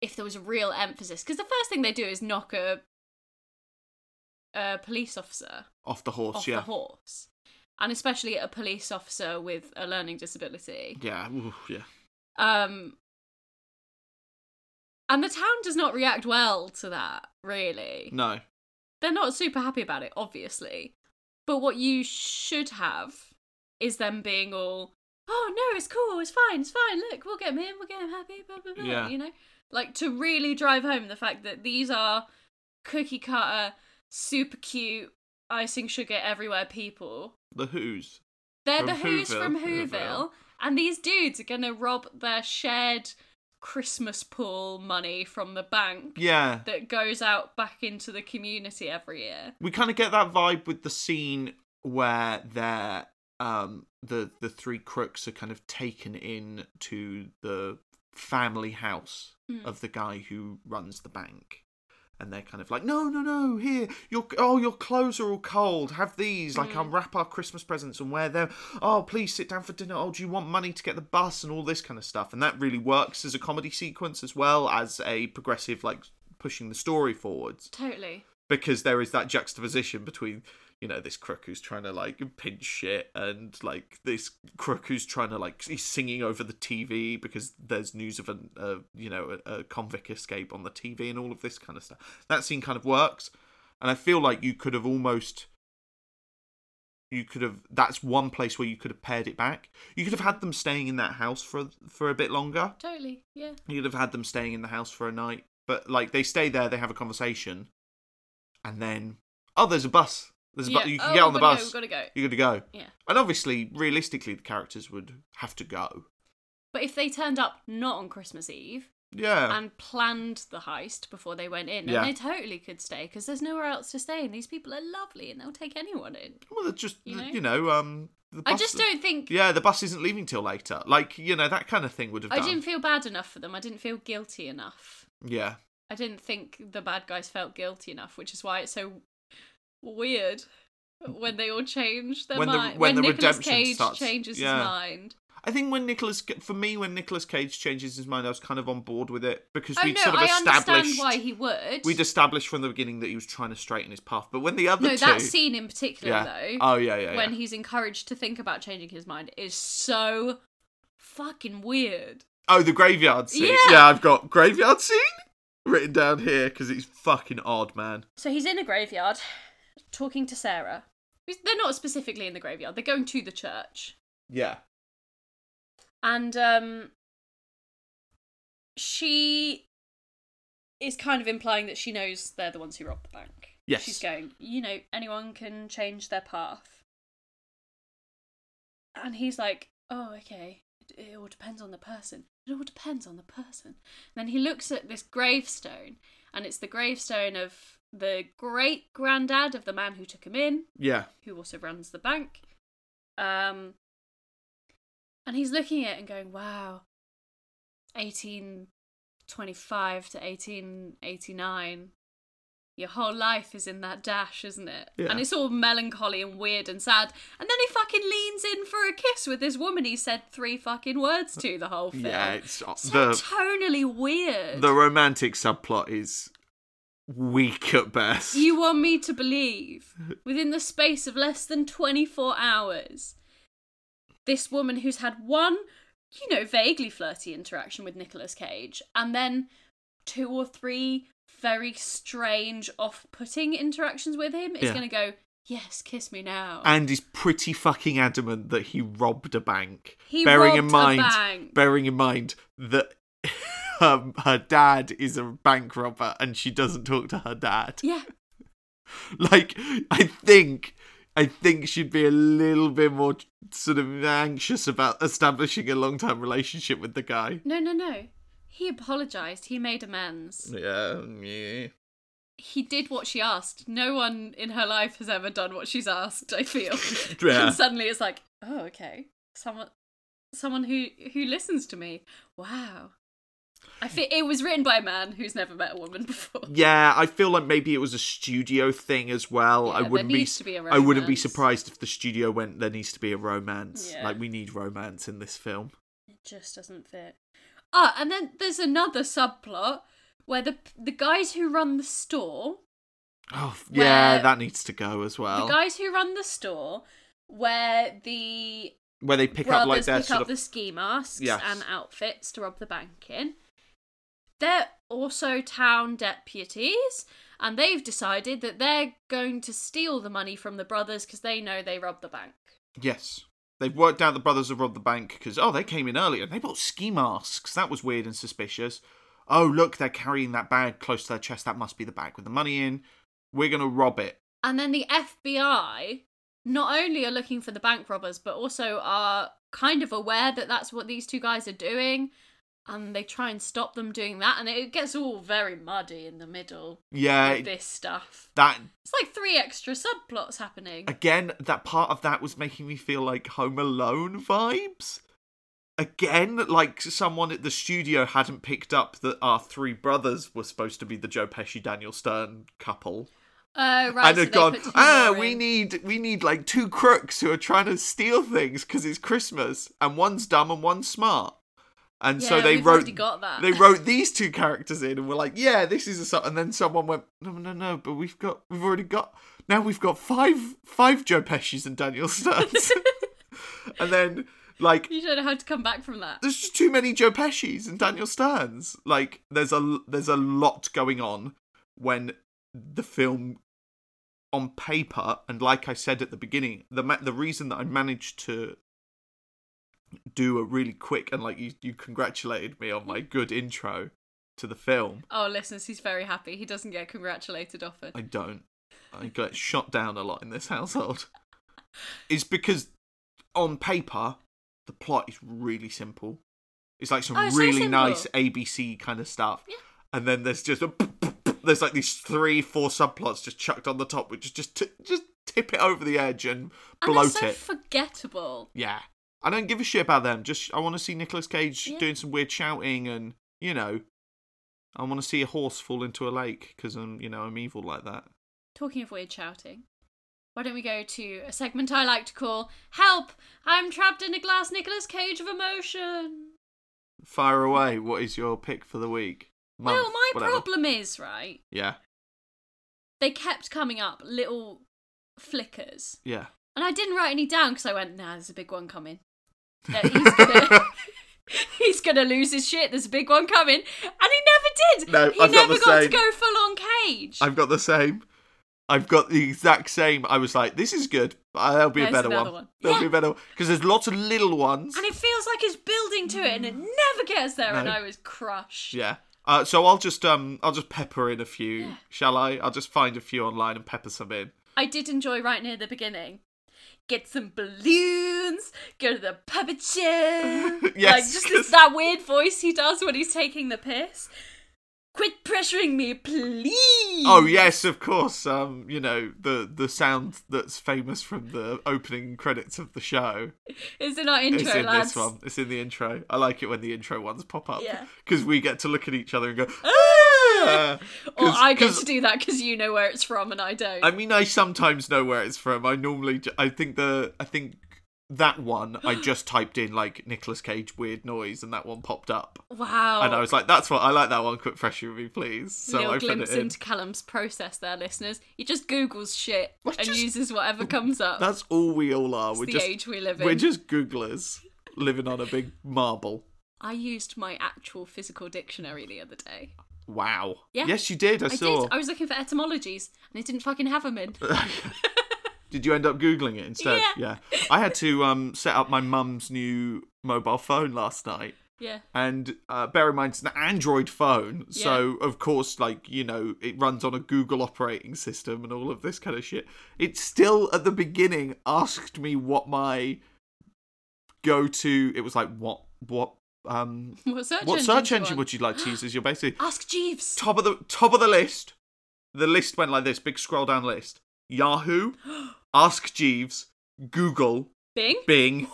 Speaker 1: if there was a real emphasis. Because the first thing they do is knock a a police officer
Speaker 2: off the horse
Speaker 1: off
Speaker 2: yeah
Speaker 1: the horse, and especially a police officer with a learning disability.
Speaker 2: yeah ooh,
Speaker 1: (laughs)
Speaker 2: yeah
Speaker 1: Um, and the town does not react well to that, really.
Speaker 2: no
Speaker 1: They're not super happy about it, obviously. But what you should have is them being all, oh no, it's cool, it's fine, it's fine, look, we'll get him in, we'll get him happy, blah, blah, blah,
Speaker 2: Yeah.
Speaker 1: you know? Like to really drive home the fact that these are cookie cutter, super cute, icing sugar everywhere people
Speaker 2: the who's
Speaker 1: they're
Speaker 2: From
Speaker 1: the Who's
Speaker 2: Whoville.
Speaker 1: from
Speaker 2: Whoville.
Speaker 1: Whoville, and these dudes are gonna rob their shared Christmas pool money from the bank
Speaker 2: yeah
Speaker 1: that goes out back into the community every year.
Speaker 2: (laughs) we kind of get that vibe with the scene where they're um the the three crooks are kind of taken in to the family house
Speaker 1: Mm.
Speaker 2: of the guy who runs the bank and they're kind of like no no no here your oh your clothes are all cold have these like unwrap our christmas presents and wear them oh please sit down for dinner oh do you want money to get the bus and all this kind of stuff and that really works as a comedy sequence as well as a progressive like pushing the story forwards
Speaker 1: Totally.
Speaker 2: because there is that juxtaposition between you know this crook who's trying to like pinch shit and like this crook who's trying to like he's singing over the TV because there's news of an uh, you know a, a convict escape on the TV and all of this kind of stuff. That scene kind of works, and I feel like you could have almost you could have that's one place where you could have paired it back. You could have had them staying in that house for for a bit longer.
Speaker 1: Totally. Yeah.
Speaker 2: You'd have had them staying in the house for a night, but like they stay there, they have a conversation, and then oh, there's a bus. There's a
Speaker 1: yeah.
Speaker 2: bu- you can
Speaker 1: Oh,
Speaker 2: get on the
Speaker 1: we've gotta
Speaker 2: bus.
Speaker 1: Go, we've gotta go.
Speaker 2: You're gonna go,
Speaker 1: Yeah.
Speaker 2: and obviously, realistically, the characters would have to go.
Speaker 1: But if they turned up not on Christmas Eve
Speaker 2: Yeah,
Speaker 1: and planned the heist before they went in,
Speaker 2: Yeah.
Speaker 1: and they totally could stay because there's nowhere else to stay, and these people are lovely and they'll take anyone in.
Speaker 2: well, they're just
Speaker 1: You
Speaker 2: you know,
Speaker 1: know?
Speaker 2: um, the bus,
Speaker 1: I just don't think
Speaker 2: Yeah, the bus isn't leaving till later. Like you know, that kind of thing would have
Speaker 1: I
Speaker 2: done.
Speaker 1: didn't feel bad enough for them. I didn't feel guilty enough.
Speaker 2: Yeah,
Speaker 1: I didn't think the bad guys felt guilty enough, which is why it's so weird when they all change their
Speaker 2: When the-
Speaker 1: mind.
Speaker 2: when
Speaker 1: When,
Speaker 2: the
Speaker 1: Nicolas
Speaker 2: redemption
Speaker 1: Cage
Speaker 2: starts.
Speaker 1: changes
Speaker 2: Yeah.
Speaker 1: his mind.
Speaker 2: I think when Nicholas, for me, when Nicholas Cage changes his mind, I was kind of on board with it because
Speaker 1: Oh
Speaker 2: we'd
Speaker 1: no,
Speaker 2: sort of
Speaker 1: I
Speaker 2: established
Speaker 1: understand why he would.
Speaker 2: we'd established from the beginning that he was trying to straighten his path. But when the other
Speaker 1: no,
Speaker 2: two,
Speaker 1: that scene in particular
Speaker 2: yeah,
Speaker 1: though,
Speaker 2: oh yeah, yeah, yeah.
Speaker 1: when he's encouraged to think about changing his mind, is so fucking weird.
Speaker 2: Oh, the graveyard scene. Yeah,
Speaker 1: Yeah.
Speaker 2: I've got graveyard scene written down here because it's fucking odd, man.
Speaker 1: So he's in a graveyard, talking to Sarah. He's- They're not specifically in the graveyard. They're going to the church.
Speaker 2: Yeah,
Speaker 1: and um she is kind of implying that she knows they're the ones who robbed the bank.
Speaker 2: Yes.
Speaker 1: She's going, you know, anyone can change their path. And he's like, oh, okay. It, it all depends on the person. It all depends on the person. And then he looks at this gravestone, and it's the gravestone of the great granddad of the man who took him in,
Speaker 2: yeah,
Speaker 1: who also runs the bank. Um, and he's looking at it and going, wow, 1825 to 1889 your whole life is in that dash, isn't it?
Speaker 2: Yeah.
Speaker 1: And it's all melancholy and weird and sad. And then he fucking leans in for a kiss with this woman he said three fucking words to the whole film.
Speaker 2: Yeah, it's uh,
Speaker 1: so
Speaker 2: the
Speaker 1: tonally weird.
Speaker 2: the romantic subplot is weak at best.
Speaker 1: You want me to believe within the space of less than 24 hours, this woman who's had one, you know, vaguely flirty interaction with Nicolas Cage, and then two or three very strange, off putting interactions with him is
Speaker 2: Yeah.
Speaker 1: going to go, Yes, kiss me now.
Speaker 2: and is pretty fucking adamant that he robbed a bank.
Speaker 1: He
Speaker 2: bearing in
Speaker 1: robbed a
Speaker 2: mind,
Speaker 1: bank.
Speaker 2: bearing in mind that (laughs) her, her dad is a bank robber and she doesn't talk to her dad.
Speaker 1: yeah.
Speaker 2: (laughs) Like, I think, I think she'd be a little bit more sort of anxious about establishing a long-term relationship with the guy.
Speaker 1: No, no, no. He apologised. He made amends.
Speaker 2: Yeah, yeah.
Speaker 1: he did what she asked. No one in her life has ever done what she's asked. I feel.
Speaker 2: (laughs) Yeah.
Speaker 1: And suddenly it's like, oh, okay, someone, someone who who listens to me. Wow. I feel it was written by a man who's never met a woman (laughs) before.
Speaker 2: Yeah, I feel like maybe it was a studio thing as well.
Speaker 1: Yeah,
Speaker 2: I
Speaker 1: there
Speaker 2: wouldn't be,
Speaker 1: needs to be a
Speaker 2: I wouldn't be
Speaker 1: romance.
Speaker 2: surprised if the studio went there needs to be a romance.
Speaker 1: Yeah.
Speaker 2: Like we need romance in this film.
Speaker 1: It just doesn't fit. Ah, and then there's another subplot where the the guys who run the store
Speaker 2: Oh f- yeah,
Speaker 1: Where-
Speaker 2: that needs to go as well.
Speaker 1: the guys who run the store where the
Speaker 2: Where they pick
Speaker 1: brothers
Speaker 2: up like their
Speaker 1: pick up
Speaker 2: sort
Speaker 1: the
Speaker 2: of
Speaker 1: ski masks
Speaker 2: Yes.
Speaker 1: and outfits to rob the bank in. They're also town deputies, and they've decided that they're going to steal the money from the brothers because they know they robbed the bank.
Speaker 2: yes. They've worked out the brothers have robbed the bank because oh they came in earlier. They bought ski masks. That was weird and suspicious. Oh look, they're carrying that bag close to their chest. That must be the bag with the money in. We're gonna rob it.
Speaker 1: And then the FBI not only are looking for the bank robbers, but also are kind of aware that that's what these two guys are doing, and they try and stop them doing that. And it gets all very muddy in the middle
Speaker 2: Yeah,
Speaker 1: of this stuff.
Speaker 2: that
Speaker 1: It's like three extra subplots happening.
Speaker 2: again that part of that was making me feel like home alone vibes again like someone at the studio hadn't picked up that our three brothers were supposed to be the joe pesci daniel stern couple
Speaker 1: Oh right,
Speaker 2: and
Speaker 1: so they
Speaker 2: had gone
Speaker 1: put
Speaker 2: ah
Speaker 1: humour
Speaker 2: we
Speaker 1: in.
Speaker 2: need we need like two crooks who are trying to steal things because it's christmas and one's dumb and one's smart and so
Speaker 1: Yeah,
Speaker 2: they
Speaker 1: we've
Speaker 2: wrote
Speaker 1: already got that. (laughs)
Speaker 2: they wrote these two characters in and were like, yeah, this is a so-. and then someone went, no, no, no, but we've got we've already got now we've got five five Joe Pesci's and
Speaker 1: (laughs)
Speaker 2: Daniel Stearns, and then like
Speaker 1: (laughs) You don't know how to come back from that.
Speaker 2: there's just too many Joe Pesci's and Daniel Stearns. Like there's a there's a lot going on when the film on paper and like I said at the beginning, the ma- the reason that I managed to do a really quick and like you you congratulated me on my good intro to the film.
Speaker 1: Oh, listeners, he's very happy. He doesn't get congratulated often.
Speaker 2: I don't. I get shot down a lot in this household. It's because on paper, the plot is really simple. It's like some
Speaker 1: Oh, it's so
Speaker 2: really
Speaker 1: simple.
Speaker 2: nice ABC kind of stuff. And then there's just a (laughs) there's like these three, four subplots just chucked on the top, which is just t- just tip it over the edge and
Speaker 1: and
Speaker 2: bloat
Speaker 1: they're so
Speaker 2: it.
Speaker 1: forgettable.
Speaker 2: yeah, I don't give a shit about them. Just I want to see Nicolas Cage
Speaker 1: Yeah.
Speaker 2: doing some weird shouting, and you know, I want to see a horse fall into a lake because I'm you know I'm evil like that.
Speaker 1: Talking of weird shouting, why don't we go to a segment I like to call "Help! I'm trapped in a glass Nicolas Cage of emotion."
Speaker 2: Fire away. What is your pick for the week? Month,
Speaker 1: well, my
Speaker 2: whatever.
Speaker 1: problem is right.
Speaker 2: Yeah,
Speaker 1: They kept coming up little flickers,
Speaker 2: yeah.
Speaker 1: and I didn't write any down because I went, "Nah, there's a big one coming." That he's
Speaker 2: (laughs)
Speaker 1: gonna- he's gonna lose his shit. There's a big one coming, and he never did.
Speaker 2: No,
Speaker 1: he
Speaker 2: I've got
Speaker 1: never
Speaker 2: the
Speaker 1: got
Speaker 2: same.
Speaker 1: to go full on Cage.
Speaker 2: I've got the same. I've got the exact same. I was like, this is good, but there'll be
Speaker 1: There's
Speaker 2: a better
Speaker 1: another
Speaker 2: one.
Speaker 1: one.
Speaker 2: There'll
Speaker 1: Yeah.
Speaker 2: be a better because there's lots of little ones.
Speaker 1: and it feels like it's building to it, and it never gets there. And
Speaker 2: No.
Speaker 1: I was crushed.
Speaker 2: Yeah. Uh, so I'll just um I'll just pepper in a few,
Speaker 1: Yeah.
Speaker 2: shall I? I'll just find a few online and pepper some in.
Speaker 1: I did enjoy right near the beginning. Get some balloons. Go to the puppet
Speaker 2: (laughs)
Speaker 1: show. like
Speaker 2: Yes,
Speaker 1: just
Speaker 2: 'cause-
Speaker 1: that weird voice he does when he's taking the piss. Quit pressuring me, please.
Speaker 2: Oh yes, of course. Um, you know the the sound that's famous from the opening credits of the show.
Speaker 1: Is it not intro,
Speaker 2: it's in
Speaker 1: lads?
Speaker 2: this one. It's in the intro. I like it when the intro ones pop up.
Speaker 1: Yeah. Ah!
Speaker 2: Because we get to look at each other and go, Yeah.
Speaker 1: Or
Speaker 2: 'Cause-
Speaker 1: I get
Speaker 2: 'cause-
Speaker 1: to do that because you know where it's from and I don't.
Speaker 2: I mean, I sometimes know where it's from. I normally, ju- I think the, I think that one,
Speaker 1: (gasps)
Speaker 2: I just typed in like Nicolas Cage weird noise, and that one popped up,
Speaker 1: wow.
Speaker 2: and I was like, "That's what I like that one. Quick fresh review, please." So
Speaker 1: Oh. Little
Speaker 2: I put
Speaker 1: glimpse
Speaker 2: it in.
Speaker 1: into Callum's process there, listeners. He just Googles shit
Speaker 2: Well,
Speaker 1: and
Speaker 2: just-
Speaker 1: uses whatever comes up.
Speaker 2: That's all we all are.
Speaker 1: It's
Speaker 2: we're
Speaker 1: the
Speaker 2: just,
Speaker 1: age we live in.
Speaker 2: we're just Googlers living on a big marble.
Speaker 1: I used my actual physical dictionary the other day.
Speaker 2: Wow.
Speaker 1: Yeah.
Speaker 2: Yes, you did. I,
Speaker 1: I
Speaker 2: saw.
Speaker 1: did. I was looking for etymologies and I didn't fucking have them
Speaker 2: (laughs)
Speaker 1: in.
Speaker 2: Did you end up googling it instead?
Speaker 1: Yeah.
Speaker 2: I had to um, set up my mum's new mobile phone last night,
Speaker 1: Yeah.
Speaker 2: and uh, bear in mind it's an Android phone, so of course, like you know, it runs on a Google operating system and all of this kind of shit. It still at the beginning asked me what my go-to. It was like what what um
Speaker 1: What search
Speaker 2: what
Speaker 1: engine?
Speaker 2: search
Speaker 1: do you
Speaker 2: engine
Speaker 1: want?
Speaker 2: would you like to use as your basic
Speaker 1: Ask Jeeves.
Speaker 2: top of the top of the list. The list went like this: big scroll down list. Yahoo, Ask Jeeves, Google,
Speaker 1: Bing.
Speaker 2: Bing,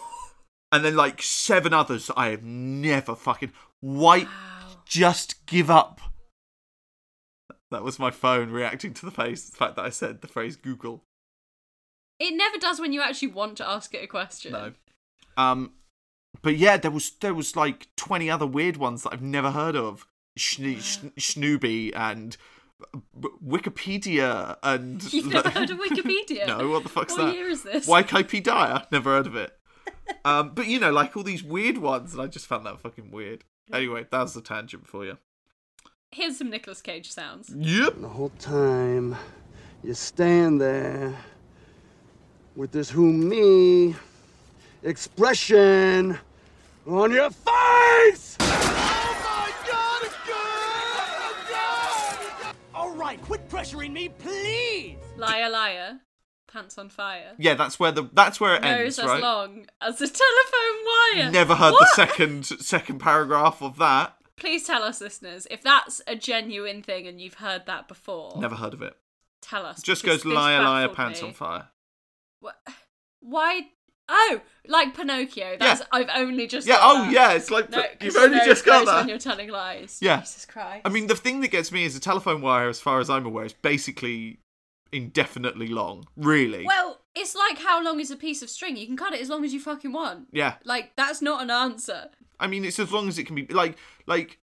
Speaker 2: and then like seven others that I have never fucking. Why
Speaker 1: Wow.
Speaker 2: just give up? That was my phone reacting to the face, the fact that I said the phrase Google.
Speaker 1: It never does when you actually want to ask it a question.
Speaker 2: No. Um, but yeah, there was there was like twenty other weird ones that I've never heard of. Schne- schn- Schnooby and b- Wikipedia and (laughs)
Speaker 1: You've never heard of Wikipedia?
Speaker 2: no, what the fuck's
Speaker 1: What
Speaker 2: that?
Speaker 1: year is this?
Speaker 2: YKP Dyer, never heard of it. um, but you know, like all these weird ones, and I just found that fucking weird. Anyway, that was the tangent for you.
Speaker 1: Here's some Nicolas Cage sounds.
Speaker 2: Yep.
Speaker 4: The whole time you stand there with this who me expression on your face!
Speaker 3: All right, quit pressuring me, please.
Speaker 1: Liar, liar. Pants on fire.
Speaker 2: Yeah, that's where the that's where it
Speaker 1: Nose
Speaker 2: ends,
Speaker 1: as
Speaker 2: right?
Speaker 1: long as a (laughs) telephone wire.
Speaker 2: Never heard the
Speaker 1: What?
Speaker 2: second second paragraph of that.
Speaker 1: Please tell us, listeners, if that's a genuine thing and you've heard that before.
Speaker 2: Never heard of it.
Speaker 1: Tell us.
Speaker 2: Just
Speaker 1: because
Speaker 2: goes
Speaker 1: this
Speaker 2: liar, liar,
Speaker 1: baffled
Speaker 2: pants
Speaker 1: me.
Speaker 2: on fire.
Speaker 1: Wha- Why? Oh, like Pinocchio. That's I've only just.
Speaker 2: Yeah.
Speaker 1: got
Speaker 2: Oh,
Speaker 1: that.
Speaker 2: yeah. It's like
Speaker 1: No, 'cause
Speaker 2: you've
Speaker 1: you
Speaker 2: only
Speaker 1: know
Speaker 2: just
Speaker 1: it
Speaker 2: got
Speaker 1: goes When
Speaker 2: that.
Speaker 1: you're telling lies.
Speaker 2: Yeah.
Speaker 1: Jesus Christ.
Speaker 2: I mean, the thing that gets me is the telephone wire. As far as I'm aware, is basically indefinitely long. Really.
Speaker 1: Well, it's like how long is a piece of string? You can cut it as long as you fucking want.
Speaker 2: yeah.
Speaker 1: Like that's not an answer.
Speaker 2: I mean, it's as long as it can be like like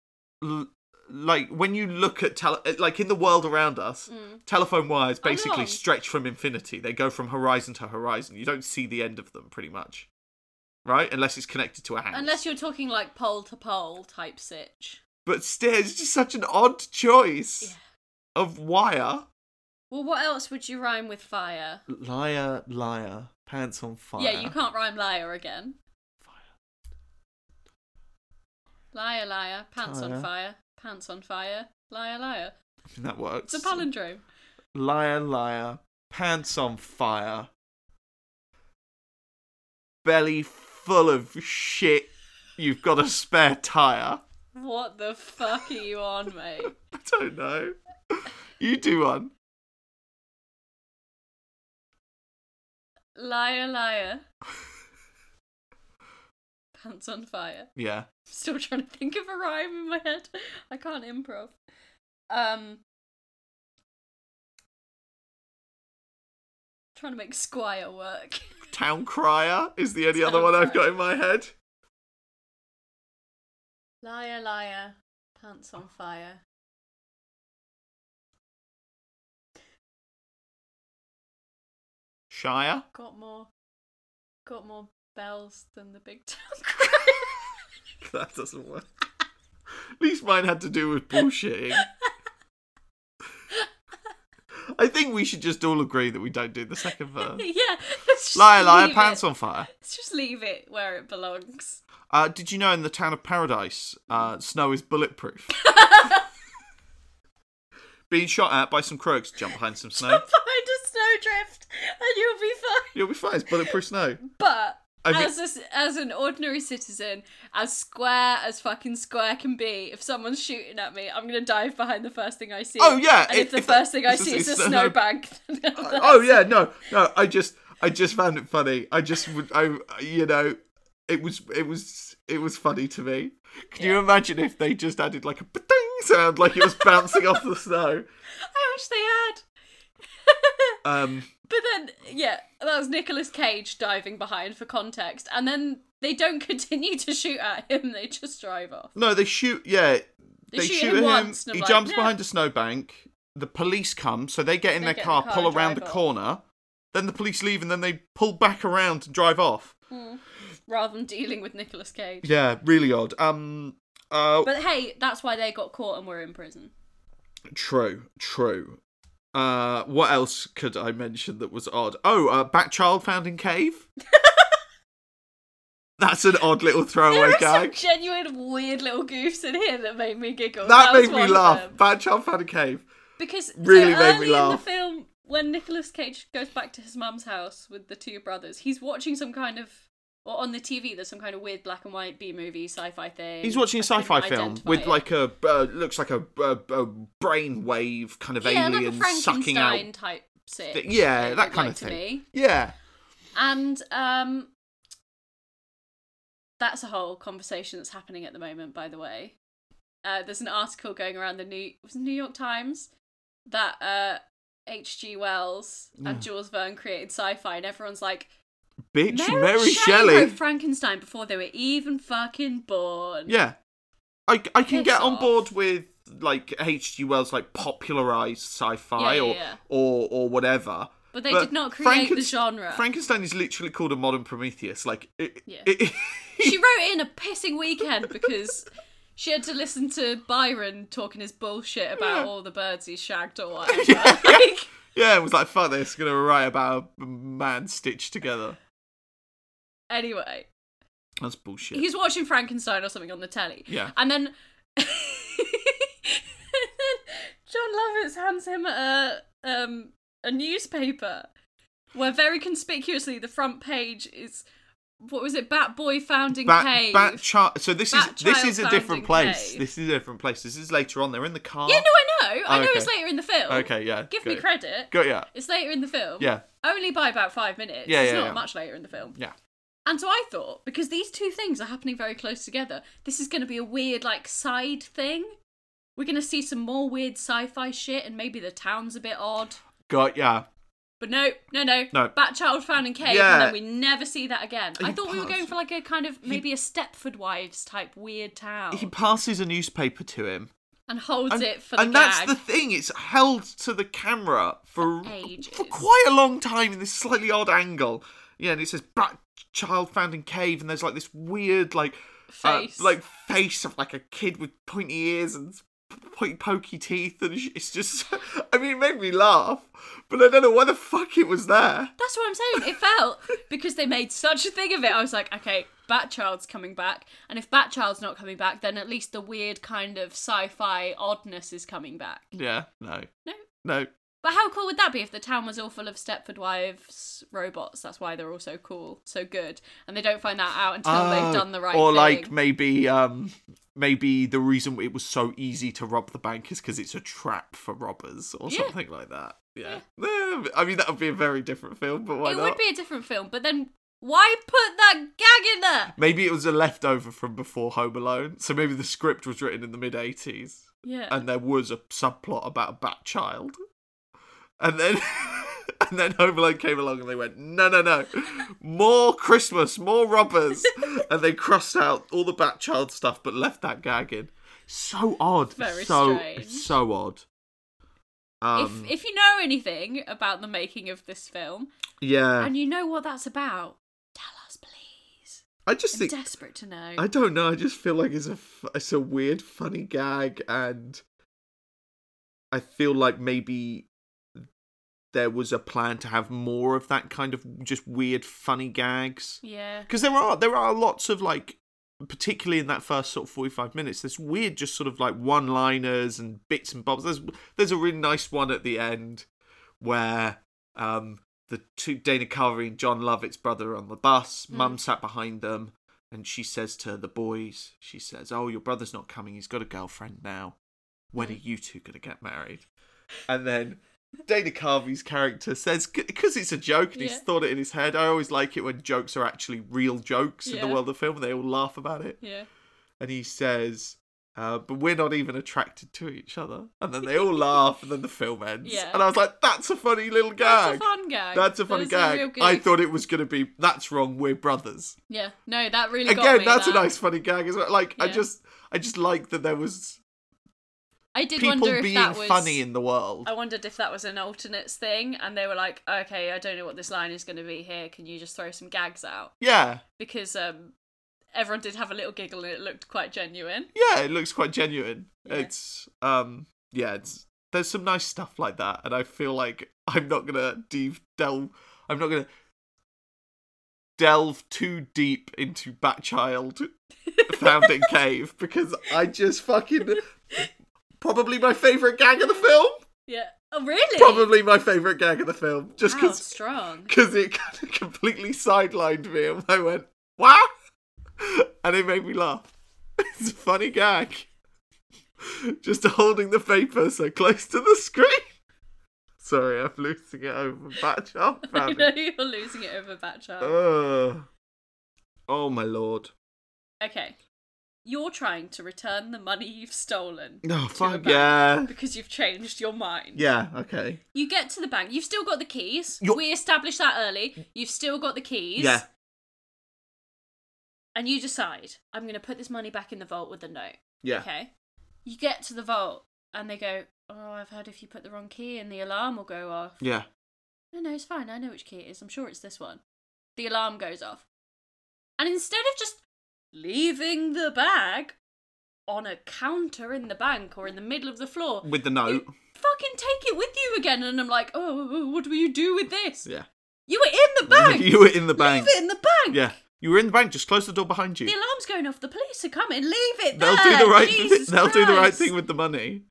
Speaker 2: l- like when you look at tele- uh, like in the world around us,
Speaker 1: Mm.
Speaker 2: telephone wires
Speaker 1: How
Speaker 2: basically
Speaker 1: long?
Speaker 2: stretch from infinity. They go from horizon to horizon. You don't see the end of them, pretty much, right? Unless it's connected to a house.
Speaker 1: Unless you're talking like pole to pole type sitch.
Speaker 2: but
Speaker 1: (laughs)
Speaker 2: still, it's just such an odd choice of wire.
Speaker 1: Well, what else would you rhyme with fire?
Speaker 2: Liar, liar, pants on fire.
Speaker 1: Yeah, you can't rhyme liar again. Liar, liar, pants on
Speaker 2: Tire.
Speaker 1: fire, pants on fire, liar, liar.
Speaker 2: I mean, that works.
Speaker 1: It's a palindrome.
Speaker 2: Liar, liar, pants on fire, belly full of shit. You've got a spare tire.
Speaker 1: What the fuck are you (laughs) on, mate?
Speaker 2: I don't know. You do one.
Speaker 1: Liar, liar. Pants on fire.
Speaker 2: Yeah.
Speaker 1: Still trying to think of a rhyme in my head. (laughs) I can't improv. Um. Trying to make squire work. (laughs)
Speaker 2: Town crier is the only other
Speaker 1: Town
Speaker 2: one I've got
Speaker 1: crier.
Speaker 2: in my head.
Speaker 1: Liar, liar. Pants on fire.
Speaker 2: Shire.
Speaker 1: Got more. Got more bells than the big
Speaker 2: (laughs)
Speaker 1: town crier.
Speaker 2: That doesn't work. At least mine had to do with bullshitting. I think we should just all agree that we don't do the second
Speaker 1: (laughs)
Speaker 2: verse.
Speaker 1: (laughs) yeah. Let's just
Speaker 2: Liar, liar,
Speaker 1: leave
Speaker 2: pants
Speaker 1: it.
Speaker 2: on fire.
Speaker 1: Let's just leave it where it belongs.
Speaker 2: Uh, did you know in the town of Paradise, uh, snow
Speaker 1: (laughs)
Speaker 2: is bulletproof? Being shot at by some crooks, jump behind some
Speaker 1: (laughs)
Speaker 2: snow.
Speaker 1: Find a snowdrift and you'll be fine.
Speaker 2: You'll be fine. It's bulletproof snow.
Speaker 1: But
Speaker 2: I mean-
Speaker 1: as a s as an ordinary citizen, as square as fucking square can be, if someone's shooting at me, I'm gonna dive behind the first thing I see.
Speaker 2: Oh, yeah,
Speaker 1: And if,
Speaker 2: if-
Speaker 1: the
Speaker 2: if that-
Speaker 1: first thing I
Speaker 2: it's a-
Speaker 1: see is a
Speaker 2: it's a-
Speaker 1: snowbank, (laughs) then
Speaker 2: oh yeah, no, no. I just, I just found it funny. I just, would- I, you know, it was, it was, it was funny to me. Can you imagine if they just added like a ba-ding sound like it was bouncing off the snow.
Speaker 1: I wish they had.
Speaker 2: Um,
Speaker 1: But then, yeah, that was Nicolas Cage diving behind for context, and then they don't (laughs) continue to shoot at him; they just drive off.
Speaker 2: no, they shoot. Yeah,
Speaker 1: They, shoot, him, once. And I'm
Speaker 2: He
Speaker 1: like,
Speaker 2: jumps
Speaker 1: "No."
Speaker 2: behind a snowbank. The police come, so they get in
Speaker 1: They
Speaker 2: their
Speaker 1: get in
Speaker 2: car,
Speaker 1: the car
Speaker 2: pull
Speaker 1: and
Speaker 2: around the
Speaker 1: drive off.
Speaker 2: corner. Then the police leave, and then they pull back around and drive off.
Speaker 1: rather than dealing with Nicolas Cage.
Speaker 2: Yeah, really odd. Um, uh,
Speaker 1: But hey, that's why they got caught and were in prison.
Speaker 2: true, true. Uh, what else could I mention that was odd? Oh, uh, bat child found
Speaker 1: (laughs)
Speaker 2: in cave. That's an odd little
Speaker 1: There
Speaker 2: throwaway
Speaker 1: are some
Speaker 2: gag.
Speaker 1: genuine weird little goofs in here that made me giggle.
Speaker 2: That
Speaker 1: was
Speaker 2: made me
Speaker 1: one of
Speaker 2: laugh.
Speaker 1: them.
Speaker 2: Bat child found in cave.
Speaker 1: Because
Speaker 2: Really
Speaker 1: so
Speaker 2: made me
Speaker 1: early in
Speaker 2: laugh.
Speaker 1: the film, when Nicolas Cage goes back to his mum's house with the two brothers, he's watching some kind of, or on the TV, there's some kind of weird black and white B movie sci-fi thing.
Speaker 2: He's watching a
Speaker 1: I couldn't
Speaker 2: sci-fi film
Speaker 1: identify
Speaker 2: with
Speaker 1: it.
Speaker 2: like a uh, looks like a, a, a brainwave kind of
Speaker 1: yeah,
Speaker 2: alien
Speaker 1: like a
Speaker 2: sucking out.
Speaker 1: Frankenstein type sick.
Speaker 2: thi- yeah,
Speaker 1: it
Speaker 2: that
Speaker 1: looked
Speaker 2: kind
Speaker 1: like
Speaker 2: of
Speaker 1: to
Speaker 2: thing.
Speaker 1: me.
Speaker 2: Yeah,
Speaker 1: And um, that's a whole conversation that's happening at the moment. By the way, uh, there's an article going around the New was it New York Times that uh, H.G. Wells and Jules Verne created sci-fi, and everyone's like,
Speaker 2: bitch,
Speaker 1: Mary, Shelley, wrote Frankenstein before they were even fucking born.
Speaker 2: Yeah, I, I can
Speaker 1: Piss
Speaker 2: get on
Speaker 1: off.
Speaker 2: board with like H.G. Wells like popularized
Speaker 1: Yeah,
Speaker 2: sci-fi
Speaker 1: yeah,
Speaker 2: or
Speaker 1: yeah.
Speaker 2: or or whatever.
Speaker 1: But they did not create the genre.
Speaker 2: Frankenstein is literally called a modern Prometheus. Like, it,
Speaker 1: Yeah.
Speaker 2: it- (laughs)
Speaker 1: she wrote in a pissing weekend because she had to listen to Byron talking his bullshit about all the birds he shagged (laughs) or whatever. Like,
Speaker 2: yeah, it was like fuck this. Gonna write about a man stitched together.
Speaker 1: anyway,
Speaker 2: That's bullshit.
Speaker 1: he's watching Frankenstein or something on the telly.
Speaker 2: Yeah.
Speaker 1: And then (laughs) John Lovitz hands him a um a newspaper where very conspicuously the front page is what was it? Bat Boy founding
Speaker 2: Bat,
Speaker 1: cave.
Speaker 2: Bat Char- so this
Speaker 1: Bat
Speaker 2: is this
Speaker 1: Child
Speaker 2: is a different
Speaker 1: Founding
Speaker 2: place.
Speaker 1: Cave.
Speaker 2: This is a different place. This is later on. They're in the car.
Speaker 1: yeah, no, I know. I
Speaker 2: Oh,
Speaker 1: know it's
Speaker 2: okay.
Speaker 1: later in the film.
Speaker 2: Okay, yeah.
Speaker 1: Give
Speaker 2: got
Speaker 1: me
Speaker 2: it.
Speaker 1: credit.
Speaker 2: Got yeah.
Speaker 1: It's later in the film.
Speaker 2: Yeah.
Speaker 1: Only by about five minutes.
Speaker 2: Yeah,
Speaker 1: it's
Speaker 2: yeah,
Speaker 1: not
Speaker 2: yeah.
Speaker 1: much later in the film.
Speaker 2: Yeah.
Speaker 1: And so I thought, because these two things are happening very close together, this is going to be a weird, like, side thing. We're going to see some more weird sci fi shit, and maybe the town's a bit odd.
Speaker 2: Got yeah.
Speaker 1: But no, no, no.
Speaker 2: No.
Speaker 1: Bat Child found in Cave,
Speaker 2: Yeah.
Speaker 1: and then we never see that again. I
Speaker 2: He
Speaker 1: thought we were
Speaker 2: passed-
Speaker 1: going for, like, a kind of maybe a Stepford Wives type weird town
Speaker 2: He passes a newspaper to him.
Speaker 1: and holds
Speaker 2: And,
Speaker 1: it for the
Speaker 2: and
Speaker 1: gag.
Speaker 2: that's the thing. It's held to the camera for
Speaker 1: ages.
Speaker 2: for quite a long time in this slightly odd angle. Yeah, and it says Bat Child found in cave, and there's like this weird like uh,
Speaker 1: Face.
Speaker 2: like face of like a kid with pointy ears and pointy pokey teeth, and sh- it's just. (laughs) I mean, it made me laugh, but I don't know why the fuck it was there.
Speaker 1: That's what I'm saying. It felt because they made such a thing of it. I was like, okay, Batchild's coming back, and if Batchild's not coming back, then at least the weird kind of sci-fi oddness is coming back.
Speaker 2: Yeah, no,
Speaker 1: No,
Speaker 2: no.
Speaker 1: but how cool would that be if the town was all full of Stepford Wives robots? That's why they're all so cool, so good, and they don't find that out until
Speaker 2: Oh,
Speaker 1: they've done the right
Speaker 2: or
Speaker 1: thing.
Speaker 2: like maybe um maybe the reason it was so easy to rob the bank is because it's a trap for robbers or
Speaker 1: Yeah.
Speaker 2: something like that yeah, Eh, (laughs) i mean that would be a very different film but why
Speaker 1: it
Speaker 2: not
Speaker 1: would be a different film, but then why put that gag in there?
Speaker 2: maybe it was a leftover from before home alone so maybe the script was written in the mid 80s
Speaker 1: Yeah.
Speaker 2: and there was a subplot about a bat child and then (laughs) and then home alone came along and they went no no no more christmas
Speaker 1: (laughs)
Speaker 2: more robbers and they crossed out all the bat child stuff but left that gag in so odd
Speaker 1: Very
Speaker 2: so
Speaker 1: strange.
Speaker 2: it's so odd um
Speaker 1: if if you know anything about the making of this film
Speaker 2: yeah
Speaker 1: and you know what that's about, tell us, please.
Speaker 2: i just
Speaker 1: I'm
Speaker 2: think
Speaker 1: desperate to know.
Speaker 2: I don't know. I just feel like it's a f- it's a weird, funny gag, and I feel like maybe there was a plan to have more of that kind of just weird, funny gags.
Speaker 1: Yeah.
Speaker 2: Because there are there are lots of like, particularly in that first sort of forty five minutes, there's weird, just sort of like one liners and bits and bobs. There's there's a really nice one at the end where um the two Dana Carvey and John Lovett's brother are on the bus. Mum sat behind them, and she says to the boys, she says, "Oh, your brother's not coming. He's got a girlfriend now. When are you two gonna get married?" And then Dana Carvey's character says, because it's a joke and he's
Speaker 1: Yeah.
Speaker 2: thought it in his head. I always like it when jokes are actually real jokes in the
Speaker 1: Yeah.
Speaker 2: world of film. and They all laugh about it,
Speaker 1: Yeah.
Speaker 2: and he says. Uh, but we're not even attracted to each other. And then they all laugh, and then the film
Speaker 1: (laughs)
Speaker 2: ends.
Speaker 1: Yeah.
Speaker 2: And I was like, that's a funny little
Speaker 1: That's a
Speaker 2: gag.
Speaker 1: fun gag.
Speaker 2: That's a
Speaker 1: That
Speaker 2: funny
Speaker 1: was real
Speaker 2: gag.
Speaker 1: good-
Speaker 2: I thought it was going to be, that's wrong, we're brothers.
Speaker 1: Yeah, no, that really got
Speaker 2: Again,
Speaker 1: me,
Speaker 2: that's
Speaker 1: that.
Speaker 2: a nice funny gag as well. Like, I
Speaker 1: Yeah.
Speaker 2: just, I just like that there was
Speaker 1: I did
Speaker 2: people
Speaker 1: wonder if
Speaker 2: being
Speaker 1: that was
Speaker 2: funny in the world.
Speaker 1: I wondered if that was an alternates thing, and they were like, "Okay, I don't know what this line is going to be here. Can you just throw some gags out?"
Speaker 2: Yeah.
Speaker 1: Because um, everyone did have a little giggle, and it looked quite genuine.
Speaker 2: yeah, it looks quite genuine.
Speaker 1: Yeah.
Speaker 2: It's um yeah, it's there's some nice stuff like that, and I feel like I'm not gonna deep delve. I'm not gonna delve too deep
Speaker 1: (laughs)
Speaker 2: into Batchild Founding Cave because I just fucking probably my favorite gag of the film.
Speaker 1: Yeah. Oh, really?
Speaker 2: Probably my favorite gag of the film, just
Speaker 1: Wow,
Speaker 2: because
Speaker 1: strong. (laughs)
Speaker 2: because it (laughs) kind of completely sidelined me, and I went wow, and it made me laugh. (laughs) It's a funny gag. Just holding the paper so close to the screen. Sorry, I'm losing it over
Speaker 1: (laughs)
Speaker 2: batch up.
Speaker 1: I know you're losing it over
Speaker 2: Uh,
Speaker 1: Batchard.
Speaker 2: Ugh. Oh my lord.
Speaker 1: Okay. You're trying to return the money you've stolen
Speaker 2: No, Oh, fuck
Speaker 1: bank.
Speaker 2: yeah.
Speaker 1: because you've changed your mind.
Speaker 2: Yeah, okay.
Speaker 1: You get to the bank. You've still got the keys.
Speaker 2: You're-
Speaker 1: We established that early. You've still got the keys.
Speaker 2: Yeah.
Speaker 1: And you decide, I'm going to put this money back in the vault with a note.
Speaker 2: Yeah.
Speaker 1: Okay. You get to the vault and they go, Oh, I've heard if you put the wrong key in, the alarm will go off.
Speaker 2: Yeah.
Speaker 1: No, no, it's fine. I know which key it is. I'm sure it's this one. The alarm goes off. And instead of just leaving the bag on a counter in the bank or in the middle of the floor,
Speaker 2: With the note.
Speaker 1: you fucking take it with you again. And I'm like, oh, what do you do with this?
Speaker 2: Yeah.
Speaker 1: You were in the bank.
Speaker 2: (laughs) You were in the bank.
Speaker 1: Leave it in the bank.
Speaker 2: Yeah. You were in the bank, just close the door behind
Speaker 1: The
Speaker 2: you.
Speaker 1: alarm's going off. The police are coming. Leave it
Speaker 2: They'll
Speaker 1: there.
Speaker 2: do the right
Speaker 1: Jesus
Speaker 2: thing. They'll do the right
Speaker 1: Christ.
Speaker 2: thing with the money.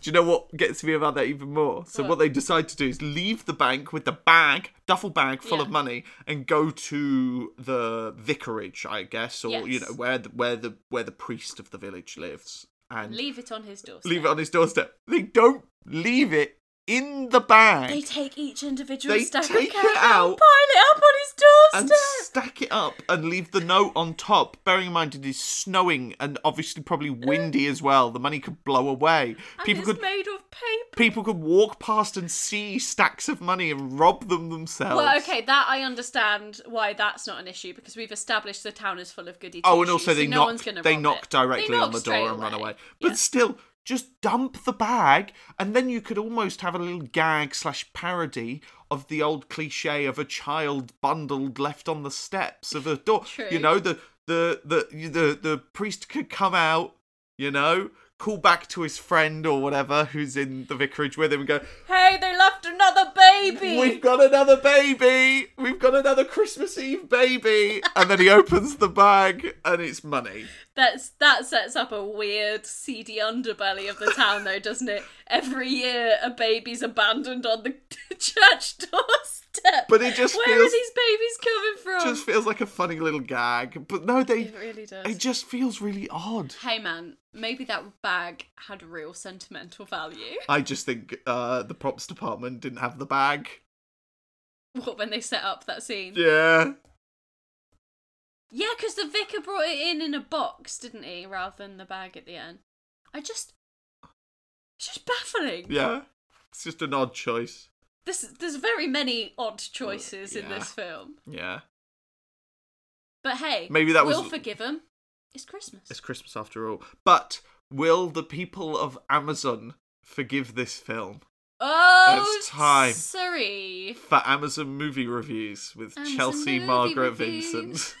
Speaker 2: Do you know what gets me about that even more? So what,
Speaker 1: What?
Speaker 2: they decide to do is leave the bank with the bag, duffel bag full of
Speaker 1: Yeah.
Speaker 2: money, and go to the vicarage, I guess, or you
Speaker 1: Yes.
Speaker 2: know where the where the where the priest of the village lives, and leave,
Speaker 1: Leave it on his doorstep.
Speaker 2: it on his doorstep. They don't leave it in the bag.
Speaker 1: They take each individual
Speaker 2: They
Speaker 1: stack
Speaker 2: take
Speaker 1: of
Speaker 2: it
Speaker 1: cash
Speaker 2: out
Speaker 1: and pile it up on his
Speaker 2: and
Speaker 1: doorstep.
Speaker 2: stack it up and leave the note on top. Bearing in mind it is snowing and obviously probably windy as well. The money could blow away.
Speaker 1: And
Speaker 2: people
Speaker 1: it's
Speaker 2: could
Speaker 1: made of paper.
Speaker 2: people could walk past and see stacks of money and rob them themselves.
Speaker 1: Well, okay, that I understand why that's not an issue because we've established the town is full of goody.
Speaker 2: Oh, and
Speaker 1: two-shoes,
Speaker 2: also they
Speaker 1: so no one's
Speaker 2: knock
Speaker 1: gonna
Speaker 2: they
Speaker 1: rob
Speaker 2: knock
Speaker 1: it.
Speaker 2: directly
Speaker 1: They
Speaker 2: on
Speaker 1: knock
Speaker 2: the door
Speaker 1: straight
Speaker 2: and run away.
Speaker 1: Yeah.
Speaker 2: But still, just dump the bag, and then you could almost have a little gag slash parody of the old cliche of a child bundled left on the steps of a door.
Speaker 1: True.
Speaker 2: You know, the the the the the priest could come out. You know. Call back to his friend or whatever who's in the vicarage with him and go,
Speaker 1: hey, they left another baby.
Speaker 2: We've got another baby. We've got another Christmas Eve baby. And then he (laughs) opens the bag and it's money.
Speaker 1: That's that sets up a weird, seedy underbelly of the town, though, doesn't it? Every year, a baby's abandoned on the (laughs) church doorstep.
Speaker 2: But it just
Speaker 1: where are
Speaker 2: feels-
Speaker 1: these babies coming from?
Speaker 2: Just feels like a funny little gag. But no, they
Speaker 1: Oh. It really does.
Speaker 2: it just feels really odd.
Speaker 1: Hey man, maybe that bag had real sentimental value.
Speaker 2: I just think uh the props department didn't have the bag.
Speaker 1: What when they set up that scene?
Speaker 2: Yeah.
Speaker 1: Yeah, because the vicar brought it in in a box, didn't he, rather than the bag at the end. I just, it's just baffling.
Speaker 2: Yeah. It's just an odd choice.
Speaker 1: This there's very many odd choices in
Speaker 2: yeah.
Speaker 1: this film,
Speaker 2: Yeah.
Speaker 1: but hey,
Speaker 2: Maybe that was-
Speaker 1: we'll forgive him. It's Christmas.
Speaker 2: It's Christmas after all. But will the people of Amazon forgive this film?
Speaker 1: oh,
Speaker 2: It's time.
Speaker 1: Sorry.
Speaker 2: for Amazon movie reviews with
Speaker 1: Amazon
Speaker 2: Chelsea
Speaker 1: movie
Speaker 2: Margaret
Speaker 1: reviews.
Speaker 2: Vincent. (laughs)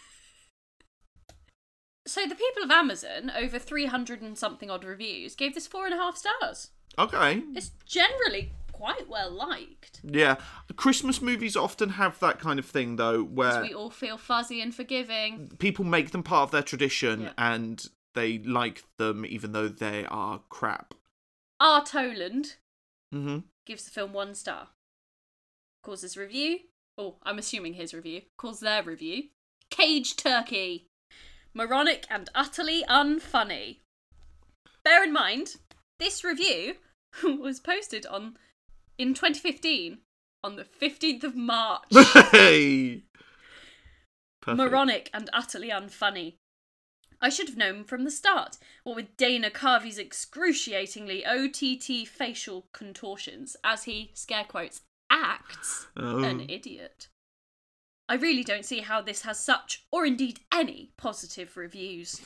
Speaker 1: So the people of Amazon, over three hundred and something odd reviews, gave this four and a half stars.
Speaker 2: okay.
Speaker 1: It's generally quite well liked.
Speaker 2: Yeah. Christmas movies often have that kind of thing though where
Speaker 1: we all feel fuzzy and forgiving.
Speaker 2: people make them part of their tradition
Speaker 1: Yeah.
Speaker 2: and they like them even though they are crap.
Speaker 1: R. Toland
Speaker 2: Mm-hmm.
Speaker 1: gives the film one star. Calls his review, oh, I'm assuming his review, calls their review, Cage Turkey. Moronic and utterly unfunny. Bear in mind, this review (laughs) was posted on in 2015 on the 15th of March.
Speaker 2: hey. Perfect.
Speaker 1: Moronic and utterly unfunny. I should have known from the start, what with Dana Carvey's excruciatingly OTT facial contortions as he, scare quotes, acts
Speaker 2: Oh.
Speaker 1: an idiot. I really don't see how this has such, or indeed any, positive reviews.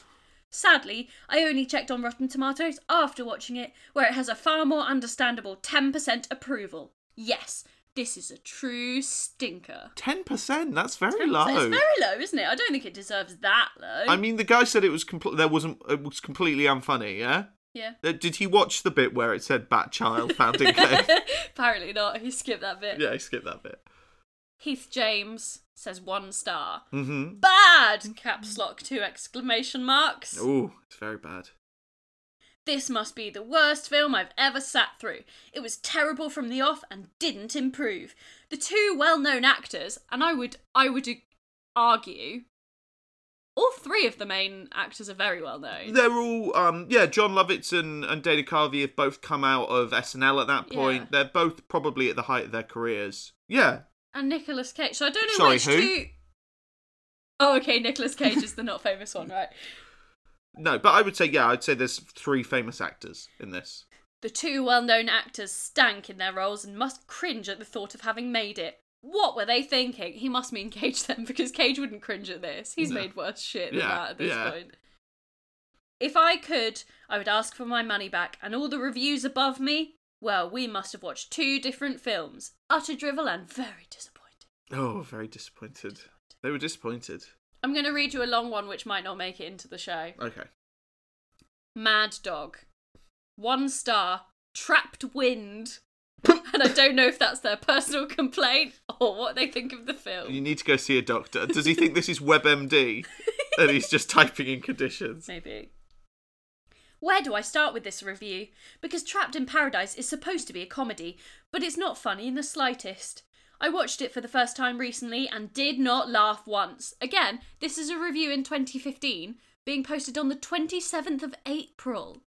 Speaker 1: Sadly, I only checked on Rotten Tomatoes after watching it, where it has a far more understandable 10% approval. Yes, this is a true stinker.
Speaker 2: Ten percent. That's very
Speaker 1: So
Speaker 2: low.
Speaker 1: it's very low, isn't it? I don't think it deserves that low.
Speaker 2: I mean, the guy said it was compl- there wasn't it was completely unfunny. Yeah. (laughs)
Speaker 1: yeah.
Speaker 2: Uh, Did he watch the bit where it said "Bat Child
Speaker 1: (laughs)
Speaker 2: found in cave"?
Speaker 1: Apparently not. He skipped that bit.
Speaker 2: yeah, I skipped that bit.
Speaker 1: Heath James says one star.
Speaker 2: Mm-hmm.
Speaker 1: Bad! Caps lock two exclamation marks.
Speaker 2: Ooh, it's very bad.
Speaker 1: This must be the worst film I've ever sat through. It was terrible from the off and didn't improve. The two well-known actors, and I would I would argue all three of the main actors are very well known.
Speaker 2: They're all um yeah. John Lovitz and, and Dana Carvey have both come out of SNL at that point.
Speaker 1: Yeah.
Speaker 2: They're both probably at the height of their careers. Yeah.
Speaker 1: And Nicolas Cage. So I don't know
Speaker 2: Sorry,
Speaker 1: which
Speaker 2: who?
Speaker 1: two Oh okay, Nicolas Cage is the not famous
Speaker 2: (laughs)
Speaker 1: one, right?
Speaker 2: No, but I would say yeah. I'd say there's three famous actors in this.
Speaker 1: The two well known actors stank in their roles and must cringe at the thought of having made it. What were they thinking? He must mean Cage then, (laughs) because Cage wouldn't cringe at this. He's
Speaker 2: No.
Speaker 1: made worse shit than
Speaker 2: Yeah,
Speaker 1: that at this
Speaker 2: yeah.
Speaker 1: point. If I could, I would ask for my money back, and all the reviews above me, well, we must have watched two different films. Utter drivel and very disappointing.
Speaker 2: Oh, very disappointed. They were disappointed.
Speaker 1: I'm going to read you a long one which might not make it into the show.
Speaker 2: Okay.
Speaker 1: Mad Dog. One star. Trapped
Speaker 2: (laughs)
Speaker 1: Wind. and I don't know if that's their personal complaint or what they think of the
Speaker 2: You
Speaker 1: film.
Speaker 2: need to go see a doctor. Does he think this is WebMD?
Speaker 1: (laughs)
Speaker 2: and he's just typing in conditions.
Speaker 1: Maybe. Where do I start with this review? Because Trapped in Paradise is supposed to be a comedy, but it's not funny in the slightest. I watched it for the first time recently and did not laugh once. Again, this is a review in 2015, being posted on the 27th of April.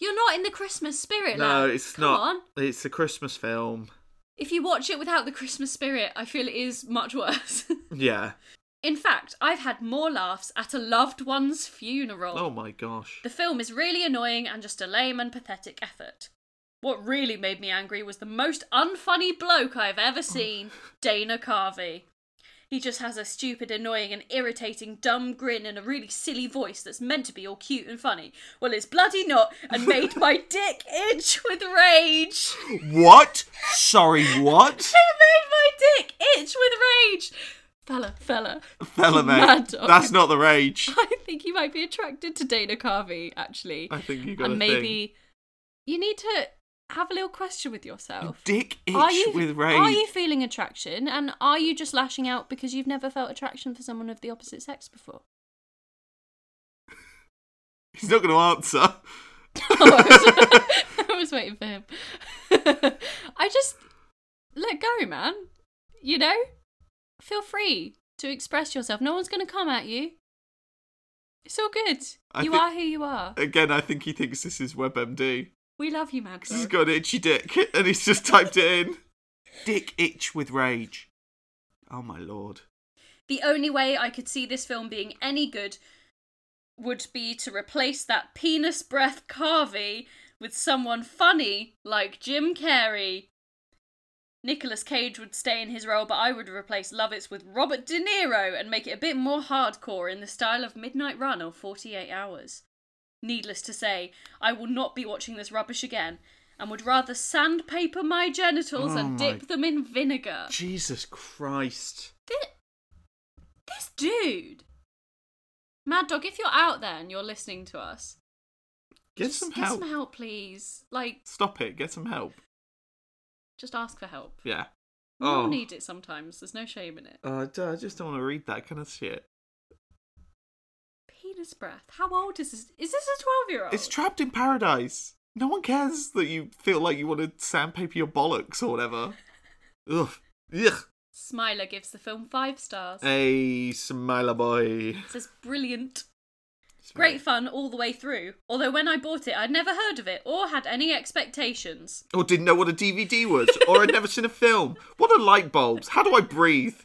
Speaker 1: You're not in the Christmas spirit,
Speaker 2: No,
Speaker 1: lad.
Speaker 2: it's
Speaker 1: Come
Speaker 2: not.
Speaker 1: on.
Speaker 2: It's a Christmas film.
Speaker 1: If you watch it without the Christmas spirit, I feel it is much worse. (laughs)
Speaker 2: Yeah.
Speaker 1: In fact, I've had more laughs at a loved one's funeral.
Speaker 2: Oh my gosh.
Speaker 1: The film is really annoying and just a lame and pathetic effort. What really made me angry was the most unfunny bloke I've ever seen, Dana Carvey. He just has a stupid, annoying, and irritating dumb grin and a really silly voice that's meant to be all cute and funny. Well, it's bloody not, and made my dick itch with rage.
Speaker 2: What? Sorry, what?
Speaker 1: It made my dick itch with rage. Fella, fella. (laughs)
Speaker 2: Fella, mate.
Speaker 1: Mad dog.
Speaker 2: That's not the rage.
Speaker 1: I think you might be attracted to Dana Carvey, actually.
Speaker 2: I think you got a
Speaker 1: and
Speaker 2: thing.
Speaker 1: maybe you need to have a little question with yourself.
Speaker 2: Dick itch
Speaker 1: Are you
Speaker 2: with rage.
Speaker 1: Are you feeling attraction, and are you just lashing out because you've never felt attraction for someone of the opposite sex before?
Speaker 2: He's not going to answer.
Speaker 1: (laughs) I was (laughs) waiting for him. I just let go, man. You know, feel free to express yourself. No one's going to come at you. It's all good.
Speaker 2: I
Speaker 1: you
Speaker 2: thi-
Speaker 1: are who you are.
Speaker 2: Again, I think he thinks this is WebMD.
Speaker 1: We love you, Max.
Speaker 2: Because he's got an itchy dick (laughs) and he's just typed it in. Dick itch with rage. Oh my lord.
Speaker 1: The only way I could see this film being any good would be to replace that penis breath Carvey with someone funny like Jim Carrey. Nicolas Cage would stay in his role, but I would replace Lovitz with Robert De Niro and make it a bit more hardcore in the style of Midnight Run or 48 Hours. Needless to say, I will not be watching this rubbish again and would rather sandpaper my genitals
Speaker 2: Oh
Speaker 1: and
Speaker 2: my-
Speaker 1: dip them in vinegar.
Speaker 2: Jesus Christ.
Speaker 1: Thi- this dude mad dog if you're out there and you're listening to us
Speaker 2: Get
Speaker 1: just
Speaker 2: some
Speaker 1: get
Speaker 2: help.
Speaker 1: some help please like
Speaker 2: Stop it. Get some help.
Speaker 1: just ask for help
Speaker 2: Yeah.
Speaker 1: we all
Speaker 2: Oh.
Speaker 1: need it sometimes there's no shame in it
Speaker 2: Uh, duh, I just don't want to read that kind of shit.
Speaker 1: penis breath how old is this is this a 12 year old
Speaker 2: It's trapped in paradise. No one cares that you feel like you want to sandpaper your bollocks or whatever. Ugh. Ugh.
Speaker 1: smiler gives the film five stars
Speaker 2: Eh. Hey, smiler boy.
Speaker 1: says brilliant
Speaker 2: It's
Speaker 1: great
Speaker 2: very-
Speaker 1: fun all the way through although when i bought it i'd never heard of it or had any expectations
Speaker 2: Or Oh, didn't know what a DVD was, or I'd never seen a film. What are light bulbs? How do I breathe?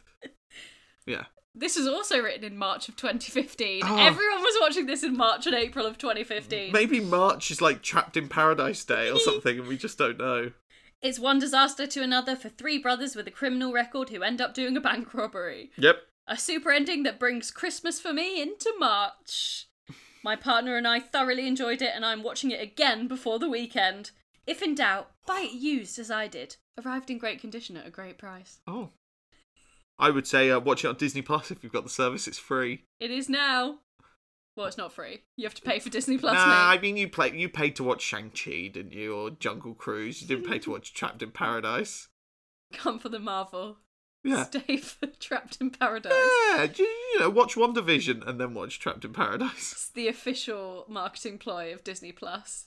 Speaker 2: Yeah.
Speaker 1: This was also written in March of 2015.
Speaker 2: Oh.
Speaker 1: Everyone was watching this in March and April of 2015.
Speaker 2: Maybe March is like trapped in Paradise Day or something, and we just don't know.
Speaker 1: It's one disaster to another for three brothers with a criminal record who end up doing a bank robbery.
Speaker 2: Yep.
Speaker 1: A super ending that brings Christmas for me into March. My partner and I thoroughly enjoyed it, and I'm watching it again before the weekend. If in doubt, buy it used as I did. Arrived in great condition at a great price.
Speaker 2: Oh. I would say uh, watch it on Disney Plus if you've got the service. It's free.
Speaker 1: It is now. Well, it's not free. You have to pay for Disney Plus,
Speaker 2: nah,
Speaker 1: mate.
Speaker 2: I mean you play you paid to watch Shang Chi, didn't you? Or Jungle Cruise? You didn't pay to watch Trapped in Paradise.
Speaker 1: Come for the Marvel.
Speaker 2: Yeah.
Speaker 1: Stay for (laughs) Trapped in Paradise.
Speaker 2: Yeah, you, you know, watch One Division and then watch Trapped in Paradise.
Speaker 1: It's the official marketing ploy of Disney Plus.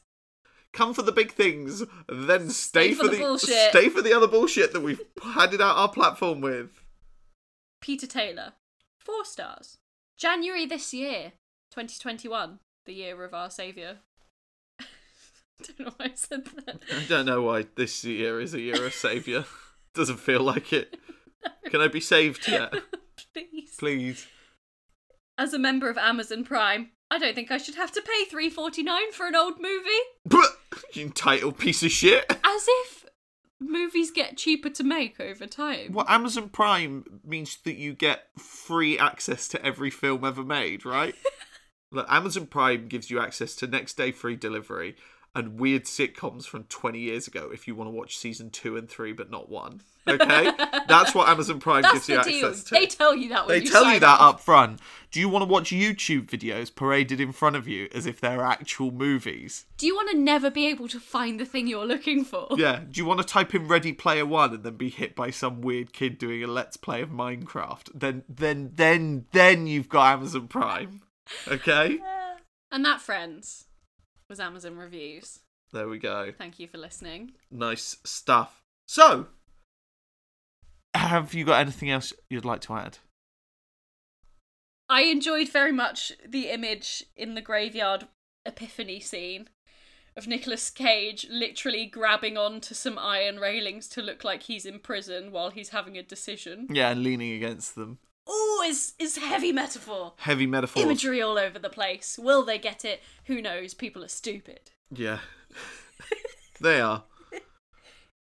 Speaker 2: Come for the big things, then
Speaker 1: Stay
Speaker 2: stay,
Speaker 1: for the bullshit.
Speaker 2: stay for the other bullshit that we've (laughs) handed out our platform with.
Speaker 1: Peter Taylor, four stars. January this year, 2021, the year of our saviour. (laughs) Don't know why I said that.
Speaker 2: (laughs) I don't know why this year is a year of saviour. (laughs) Doesn't feel
Speaker 1: (laughs)
Speaker 2: like it. Can I be saved yet?
Speaker 1: Please.
Speaker 2: Please. (laughs)
Speaker 1: As a member of Amazon Prime, I don't think I should have to pay 3.49 for an old movie.
Speaker 2: You entitled piece of shit.
Speaker 1: As if movies get cheaper to make over time.
Speaker 2: Well, Amazon Prime means that you get free access to every film ever
Speaker 1: (laughs)
Speaker 2: made, right? Look, Amazon Prime gives you access to next day free delivery and weird sitcoms from 20 years ago if you want to watch season two and three, but not one.
Speaker 1: (laughs)
Speaker 2: Okay? That's what Amazon Prime
Speaker 1: That's
Speaker 2: gives you
Speaker 1: the deal.
Speaker 2: access to.
Speaker 1: They tell you that when
Speaker 2: They
Speaker 1: you
Speaker 2: tell
Speaker 1: sign
Speaker 2: you that
Speaker 1: up.
Speaker 2: up front. Do you want to watch YouTube videos paraded in front of you as if they're actual movies?
Speaker 1: Do you want to never be able to find the thing you're looking for? (laughs)
Speaker 2: Yeah. Do you want to type in Ready Player One and then be hit by some weird kid doing a Let's Play of Minecraft? Then, then, then, then you've got Amazon Prime. Okay.
Speaker 1: And that, friends, was Amazon Reviews.
Speaker 2: There we go.
Speaker 1: Thank you for listening.
Speaker 2: Nice stuff. So, have you got anything else you'd like to add?
Speaker 1: I enjoyed very much the image in the graveyard epiphany scene of Nicolas Cage literally grabbing onto some iron railings to look like he's in prison while he's having a decision.
Speaker 2: Yeah, and leaning against them.
Speaker 1: Oh, is is heavy metaphor.
Speaker 2: Heavy metaphors.
Speaker 1: Imagery all over the place. Will they get it? Who knows? People are stupid.
Speaker 2: Yeah. (laughs) they are.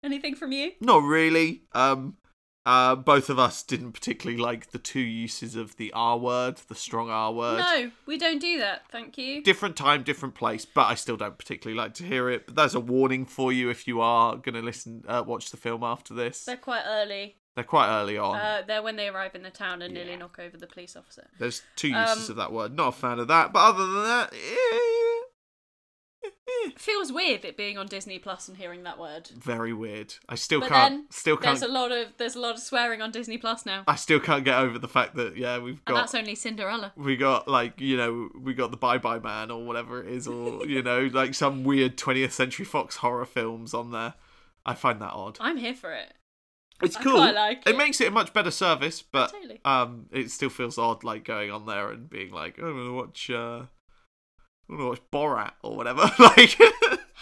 Speaker 1: Anything from you?
Speaker 2: Not really. Um, uh, both of us didn't particularly like the two uses of the R word, the strong R word.
Speaker 1: No, we don't do that. Thank you.
Speaker 2: Different time, different place, but I still don't particularly like to hear it. But that's a warning for you if you are going to listen, uh, watch the film after this.
Speaker 1: They're quite early.
Speaker 2: They're quite early on.
Speaker 1: Uh, they're when they arrive in the town and nearly knock over the police officer.
Speaker 2: There's two uses
Speaker 1: um,
Speaker 2: of that word. Not a fan of that, but other than that, eh, eh, eh.
Speaker 1: feels weird it being on Disney Plus and hearing that word.
Speaker 2: very weird. I still
Speaker 1: But
Speaker 2: can't.
Speaker 1: then
Speaker 2: still can't. Oh
Speaker 1: there's a lot of there's a lot of swearing on Disney Plus now,
Speaker 2: I still can't get over the fact that yeah, we've
Speaker 1: and
Speaker 2: got
Speaker 1: that's only Cinderella.
Speaker 2: we got like you know we got the bye bye man or whatever it is or you know like some weird 20th century fox horror films on there i find that odd
Speaker 1: I'm here for it.
Speaker 2: it's
Speaker 1: I
Speaker 2: cool
Speaker 1: quite like it.
Speaker 2: makes it a much better service but
Speaker 1: Totally.
Speaker 2: um it still feels odd like going on there and being like i'm gonna watch uh i'm gonna watch borat or whatever (laughs) like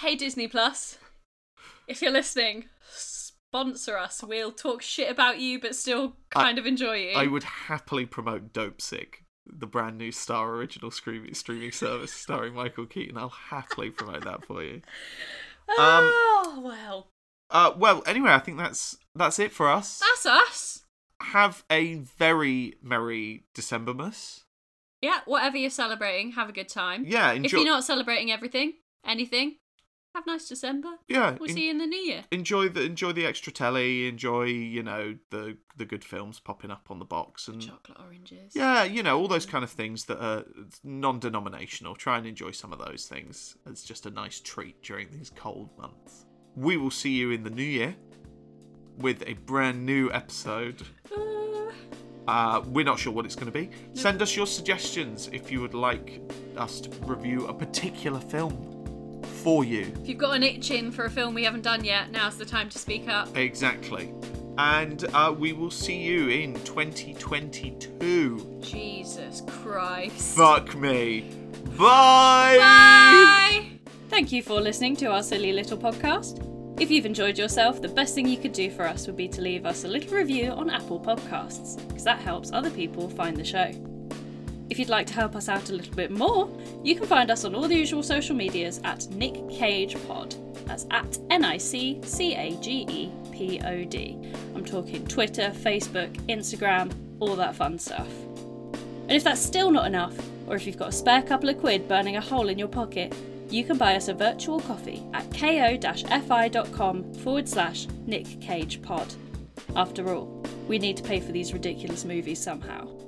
Speaker 1: Hey Disney Plus, if you're listening, sponsor us. We'll talk shit about you, but still kind of enjoy you.
Speaker 2: i um, would happily promote dope sick the brand new star original streaming
Speaker 1: (laughs)
Speaker 2: streaming service starring michael keaton i'll happily promote that for you
Speaker 1: oh well,
Speaker 2: uh well anyway i think that's that's it for us
Speaker 1: that's us.
Speaker 2: have a very merry Decembermas.
Speaker 1: Yeah, whatever you're celebrating, have a good time.
Speaker 2: Yeah,
Speaker 1: Mm-hmm. if
Speaker 2: enjoy.
Speaker 1: you're not celebrating everything, anything, have a nice December.
Speaker 2: yeah,
Speaker 1: We'll
Speaker 2: en-
Speaker 1: see you in the new year.
Speaker 2: enjoy the enjoy the extra telly. Enjoy you know the the good films popping up on the box and
Speaker 1: Chocolate oranges.
Speaker 2: Mm. yeah, you know all those kind of things that are non-denominational. Try and enjoy some of those things. It's just a nice treat during these cold months. We will see you in the new year with a brand new episode.
Speaker 1: Uh,
Speaker 2: Uh, we're not sure what it's going to be. Send us your suggestions if you would like us to review a particular film for you.
Speaker 1: If you've got an itch in for a film we haven't done yet, now's the time to speak up.
Speaker 2: Exactly. And uh, we will see you in 2022.
Speaker 1: Jesus Christ.
Speaker 2: Fuck me. Bye.
Speaker 1: Bye! Thank you for listening to our silly little podcast. If you've enjoyed yourself, the best thing you could do for us would be to leave us a little review on Apple Podcasts, because that helps other people find the show. If you'd like to help us out a little bit more, you can find us on all the usual social medias at Nick Cage Pod. That's at N I C C A G E P O D. I'm talking Twitter, Facebook, Instagram, all that fun stuff. And if that's still not enough, or if you've got a spare couple of quid burning a hole in your pocket, you can buy us a virtual coffee at ko-fi.com forward slash Nick Cage Pod. After all, we need to pay for these ridiculous movies somehow.